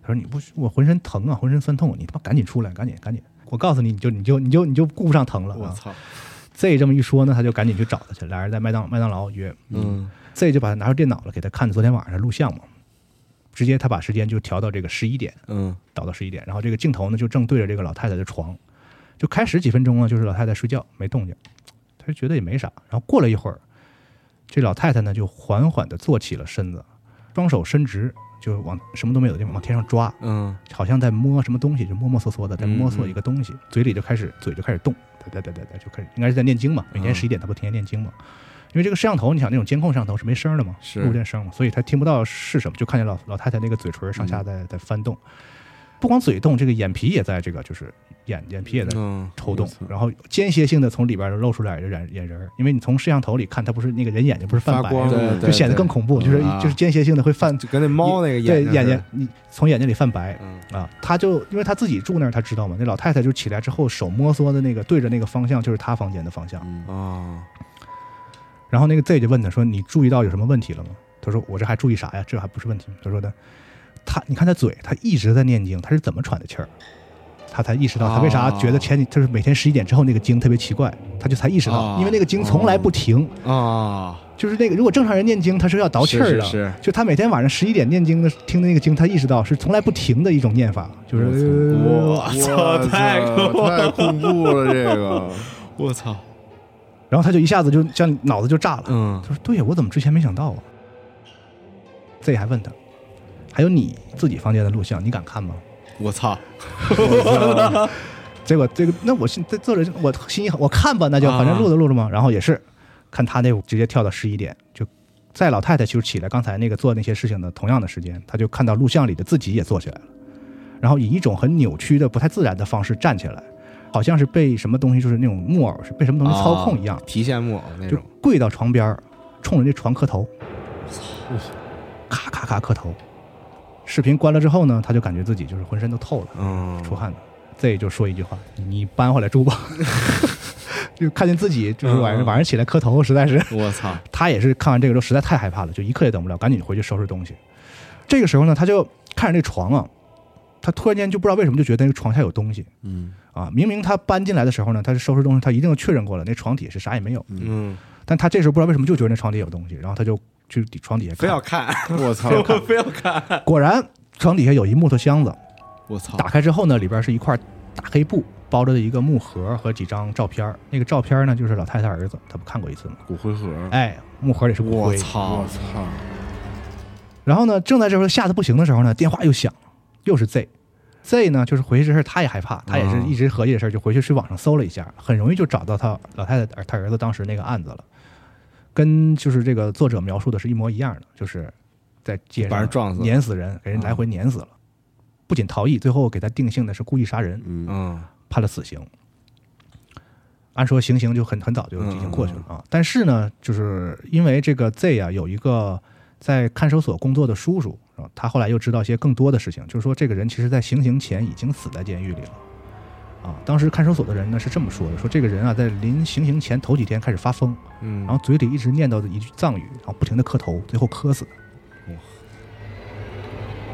他说你不，我浑身疼啊，浑身酸痛，你他妈赶紧出来，赶紧赶紧，我告诉你，你就你就你就你就顾不上疼了、啊。
我操，
Z 这么一说呢，他就赶紧去找他去，俩人在麦当麦当劳约。
嗯
Z 就把他拿出电脑了，给他看昨天晚上的录像嘛，直接他把时间就调到这个十一点，
嗯
倒到十一点，然后这个镜头呢就正对着这个老太太的床，就开始几分钟呢，就是老太太睡觉没动静，他就觉得也没啥，然后过了一会儿，这老太太呢就缓缓的坐起了身子，双手伸直，就往什么都没有的地方往天上抓，
嗯
好像在摸什么东西，就摸摸索索的在摸索
嗯嗯
一个东西，嘴里就开始嘴就开始动，哒哒哒哒哒，就开始应该是在念经嘛。每天
嗯
十一点他不停天念经嘛，因为这个摄像头，你想那种监控摄像头是没声儿的嘛，
是嗯
录不见声儿嘛，所以他听不到是什么，就看见老老太太那个嘴唇上下在在翻动，不光嘴动，这个眼皮也在这个就是眼眼皮也在
嗯
抽动
我操，
然后间歇性的从里边儿露出来的眼眼仁儿，因为你从摄像头里看，它不是那个人眼睛不是泛
发
白
光
的，
对
了
对
就显得更恐怖，就是
啊
就是间歇性的会泛
就跟那猫那个
对
眼睛
眼
似
睛
的，
你从眼睛里泛白，
嗯
啊，他就因为他自己住那儿，他知道嘛。那老太太就起来之后，手摸索的那个对着那个方向，就是他房间的方向。
嗯
哦，
然后那个 Z 就问他说：“你注意到有什么问题了吗？”他说：“我这还注意啥呀？这还不是问题。”他说的，他你看他嘴，他一直在念经，他是怎么喘的气儿？他才意识到他为啥
哦
觉得前几就是每天十一点之后那个经特别奇怪，他就才意识
哦
到，因为那个经从来不停，
啊，
就是那个如果正常人念经，他是要倒气儿
是
的。
是是
就他每天晚上十一点念经的听的那个经，他意识到是从来不停的一种念法，就是
我操，太恐怖！
太恐怖了，这个，
我操，
然后他就一下子就这样脑子就炸了。
嗯
他说：“对呀，我怎么之前没想到啊？”Z 还问他：“还有你自己房间的录像，你敢看吗
我操，？”
结果这个那我心这作者我心一狠，我看吧，那就
啊
反正录都录了嘛。然后也是看他那屋直接跳到十一点，就在老太太就起来刚才那个做那些事情的同样的时间，他就看到录像里的自己也坐起来了，然后以一种很扭曲的不太自然的方式站起来，好像是被什么东西就是那种木偶是被什么东西操控一样。
啊提线木偶那
就
种，
跪到床边儿，冲着那床磕头，咔咔咔磕头。视频关了之后呢，他就感觉自己就是浑身都透了，
嗯，
出汗了。Z 就说一句话：“你搬回来住吧。” 就看见自己就是晚上
嗯
晚上起来磕头，实在是
我操，
他也是看完这个之后实在太害怕了，就一刻也等不了，赶紧回去收拾东西。这个时候呢，他就看着这床啊，他突然间就不知道为什么就觉得那个床下有东西
嗯
啊。明明他搬进来的时候呢，他是收拾东西，他一定确认过了，那床底是啥也没有。
嗯，
但他这时候不知道为什么就觉得那床底有东西，然后他就去底床底下
非要
看，
看，
我操，
非要看，
果然床底下有一木头箱子，
我操，
打开之后呢，里边是一块大黑布包着的一个木盒和几张照片儿。那个照片儿呢，就是老太太儿子，他不看过一次吗？
骨灰盒，
哎，木盒里是骨
嗯我
灰。
操
我，操，
然后呢，正在这时候吓得不行的时候呢，电话又响了，又是 Z。Z 呢，就是回去这事儿他也害怕，他也是一直合计这事儿，就回去去网上搜了一下，很容易就找到他老太太他儿子当时那个案子了，跟就是这个作者描述的是一模一样的，就是在街上
把人撞死了嗯
碾死人，给人来回碾死了，不仅逃逸，最后给他定性的是故意杀人，
嗯
嗯
判了死刑。按说行刑就很很早就已经过去了啊。但是呢，就是因为这个 Z 啊有一个在看守所工作的叔叔，啊他后来又知道一些更多的事情，就是说这个人其实在行刑前已经死在监狱里了啊。当时看守所的人呢是这么说的：说这个人啊在临行刑前头几天开始发疯，
嗯
然后嘴里一直念叨着一句藏语，然后不停的磕头，最后磕死的
哇。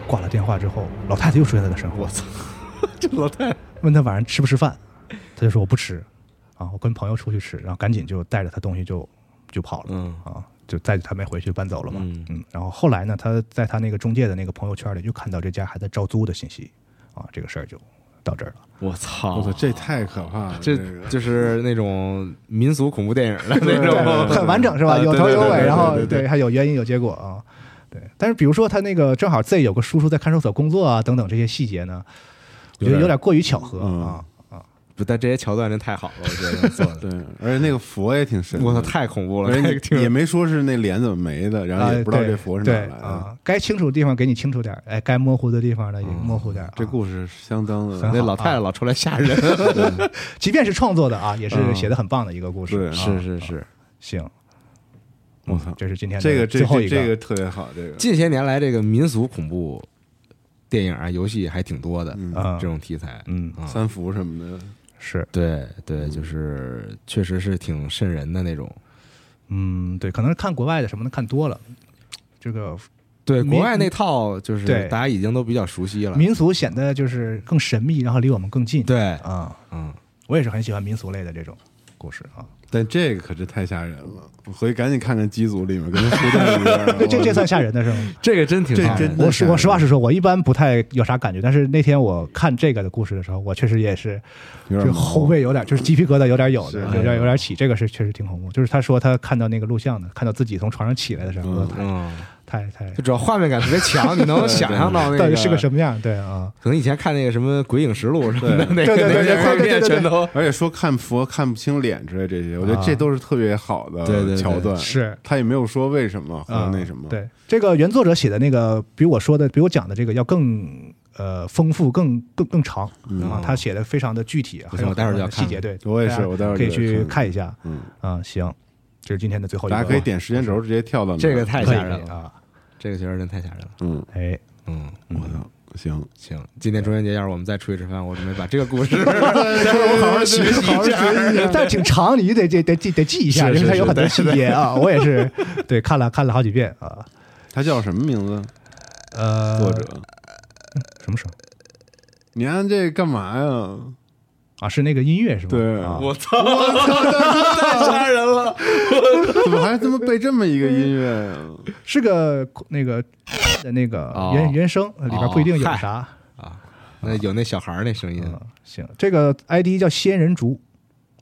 挂了电话之后，老太太又出现在他身后
我，操， 这老太太
问他晚上吃不吃饭，他就说我不吃，啊，我跟朋友出去吃，然后赶紧就带着他东西就就跑了，
嗯
啊，就带着他没回去搬走了嘛，
嗯
然后后来呢，他在他那个中介的那个朋友圈里就看到这家还在招租的信息，啊，这个事儿就到这儿了，
我操，
我操，这太可怕了！
这
个
就是那种民俗恐怖电影的那种，
很完整是吧？
啊
有头有
对对对
尾，
对
然后
对对
还有原因有结果啊，对，但是比如说他那个正好 Z 有个叔叔在看守所工作啊，等等这些细节呢，我觉得有点过于巧合
嗯
啊，
不但这些桥段真太好了，我觉得做的，
对，而且那个佛也挺神的，
我操，太恐怖了，
而且
太
你
挺
也没说是那脸怎么没的，然后也不知道
啊对
这佛是哪儿
对
来的。
啊。该清楚的地方给你清楚点儿，哎，该模糊的地方呢也模糊点儿啊。
嗯这故事相当的
很
那
好
老太太老出来吓 人，
即便是创作的啊，也是
嗯
写的很棒的一个故事。
对
啊
是是是，
行，嗯
我操，
这是今天的
这个这
最后一
这这个特别好，这个
近些年来这个民俗恐怖电影啊、游戏还挺多的，
嗯
啊
这，种题材，
嗯
啊
三伏什么的，
是
对对，就是确实是挺瘆人的那种。
嗯对，可能是看国外的什么的看多了，这个
对，
民
国外那套就是
对
大家已经都比较熟悉了。
民俗显得就是更神秘，然后离我们更近。
对，
啊，
嗯，
我也是很喜欢民俗类的这种故事啊。。
但这个可是太吓人了，我回去赶紧看看机组里面跟他互动一下
对， 这这算吓人的是吗？啊
这个真挺
这
吓人
真
的
我实我实话实说，我一般不太有啥感觉，但是那天我看这个的故事的时候，我确实也是，
有
就
点毛
是后背有点，就是鸡皮疙瘩有点有的，
是
有点有点起，这个是确实挺恐怖。就是他说他看到那个录像的，看到自己从床上起来的时候，
嗯
嗯，
太太
就主要画面感特别强，你能想象到那
到
个
底是个什么样？对啊，
可能以前看那个什么《鬼影实录》什么的，那
对
个
对
那
对对
些画
对对
面
对对
全都
而且说看佛看不清脸之类这些，我觉得
啊
这都是特别好的
对对对
桥段。
是
他也没有说为什么和
啊，
那什么，
对，这个原作者写的那个比我说的、比我讲的这个要更呃丰富、更更更长啊
嗯，
他写的非常的具体，
不
还
行
有
我待会儿
很
就要
多细
看
节。对，
我也
大
是
家
我待会儿
可以
就要
去
看
看一下
嗯，
啊。行，这是今天的最后一个
大
啊了，
家可以点时间轴直接跳到哪
这个太
可以
吓人了，
啊。
这个确实真太吓人了。
嗯，
哎，
嗯，
我操，行，
行，今天中元节要是我们再出去吃饭，我准备把这个故 事，待会儿我好好学习一下。
但挺长，你得得得记得记一下，
是
因为它
是
有
是
很多
对
细节啊。我也是，对，看了看了好几遍啊。
他叫什么名字？
呃，
作者？
什么时候
你按这干嘛呀？
啊？是那个音乐是吗？
对
啊
我操！我操！太吓人 了！
怎么还他妈背这么一个音乐呀？
是个那个的那个
哦
原原声里边不一定有啥。
啊，那有那小孩儿那声音，
嗯，行，这个 ID 叫仙人竹，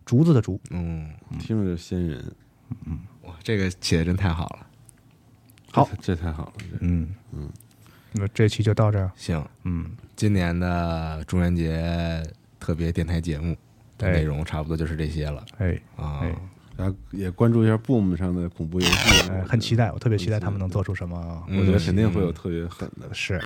竹子的竹。
嗯，
听着就新人，
哇，这个写的真太好了。
好
这，这太好了，这
嗯嗯，那么这期就到这儿。
行，
嗯，
今年的中元节特别电台节目的
哎
内容差不多就是这些了
哎
啊。
哎
大家也关注一下 Boom 上的恐怖游戏
哎，，很期待，我特别期待他们能做出什么啊。
嗯
我觉得肯定会有特别狠的。
是，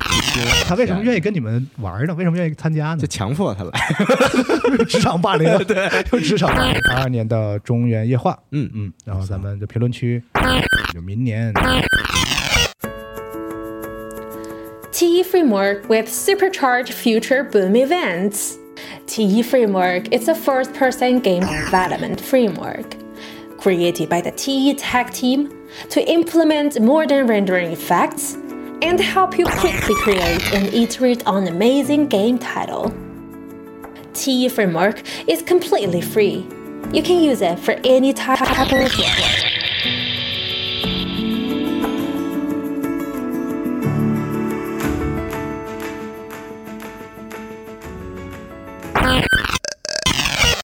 他为什么愿意跟你们玩呢？为什么愿意参加呢
就？强迫他来。
职场霸凌，对，就职场霸凌。八二年的中原夜话，
嗯
嗯，然后咱们就评论区有明年
TE E Framework with supercharged future boom events. TE Framework is a first person game development framework created by the TE Tech team to implement modern rendering effects and help you quickly create and iterate on amazing game title. E TE Framework is completely free. You can use it for any type of work.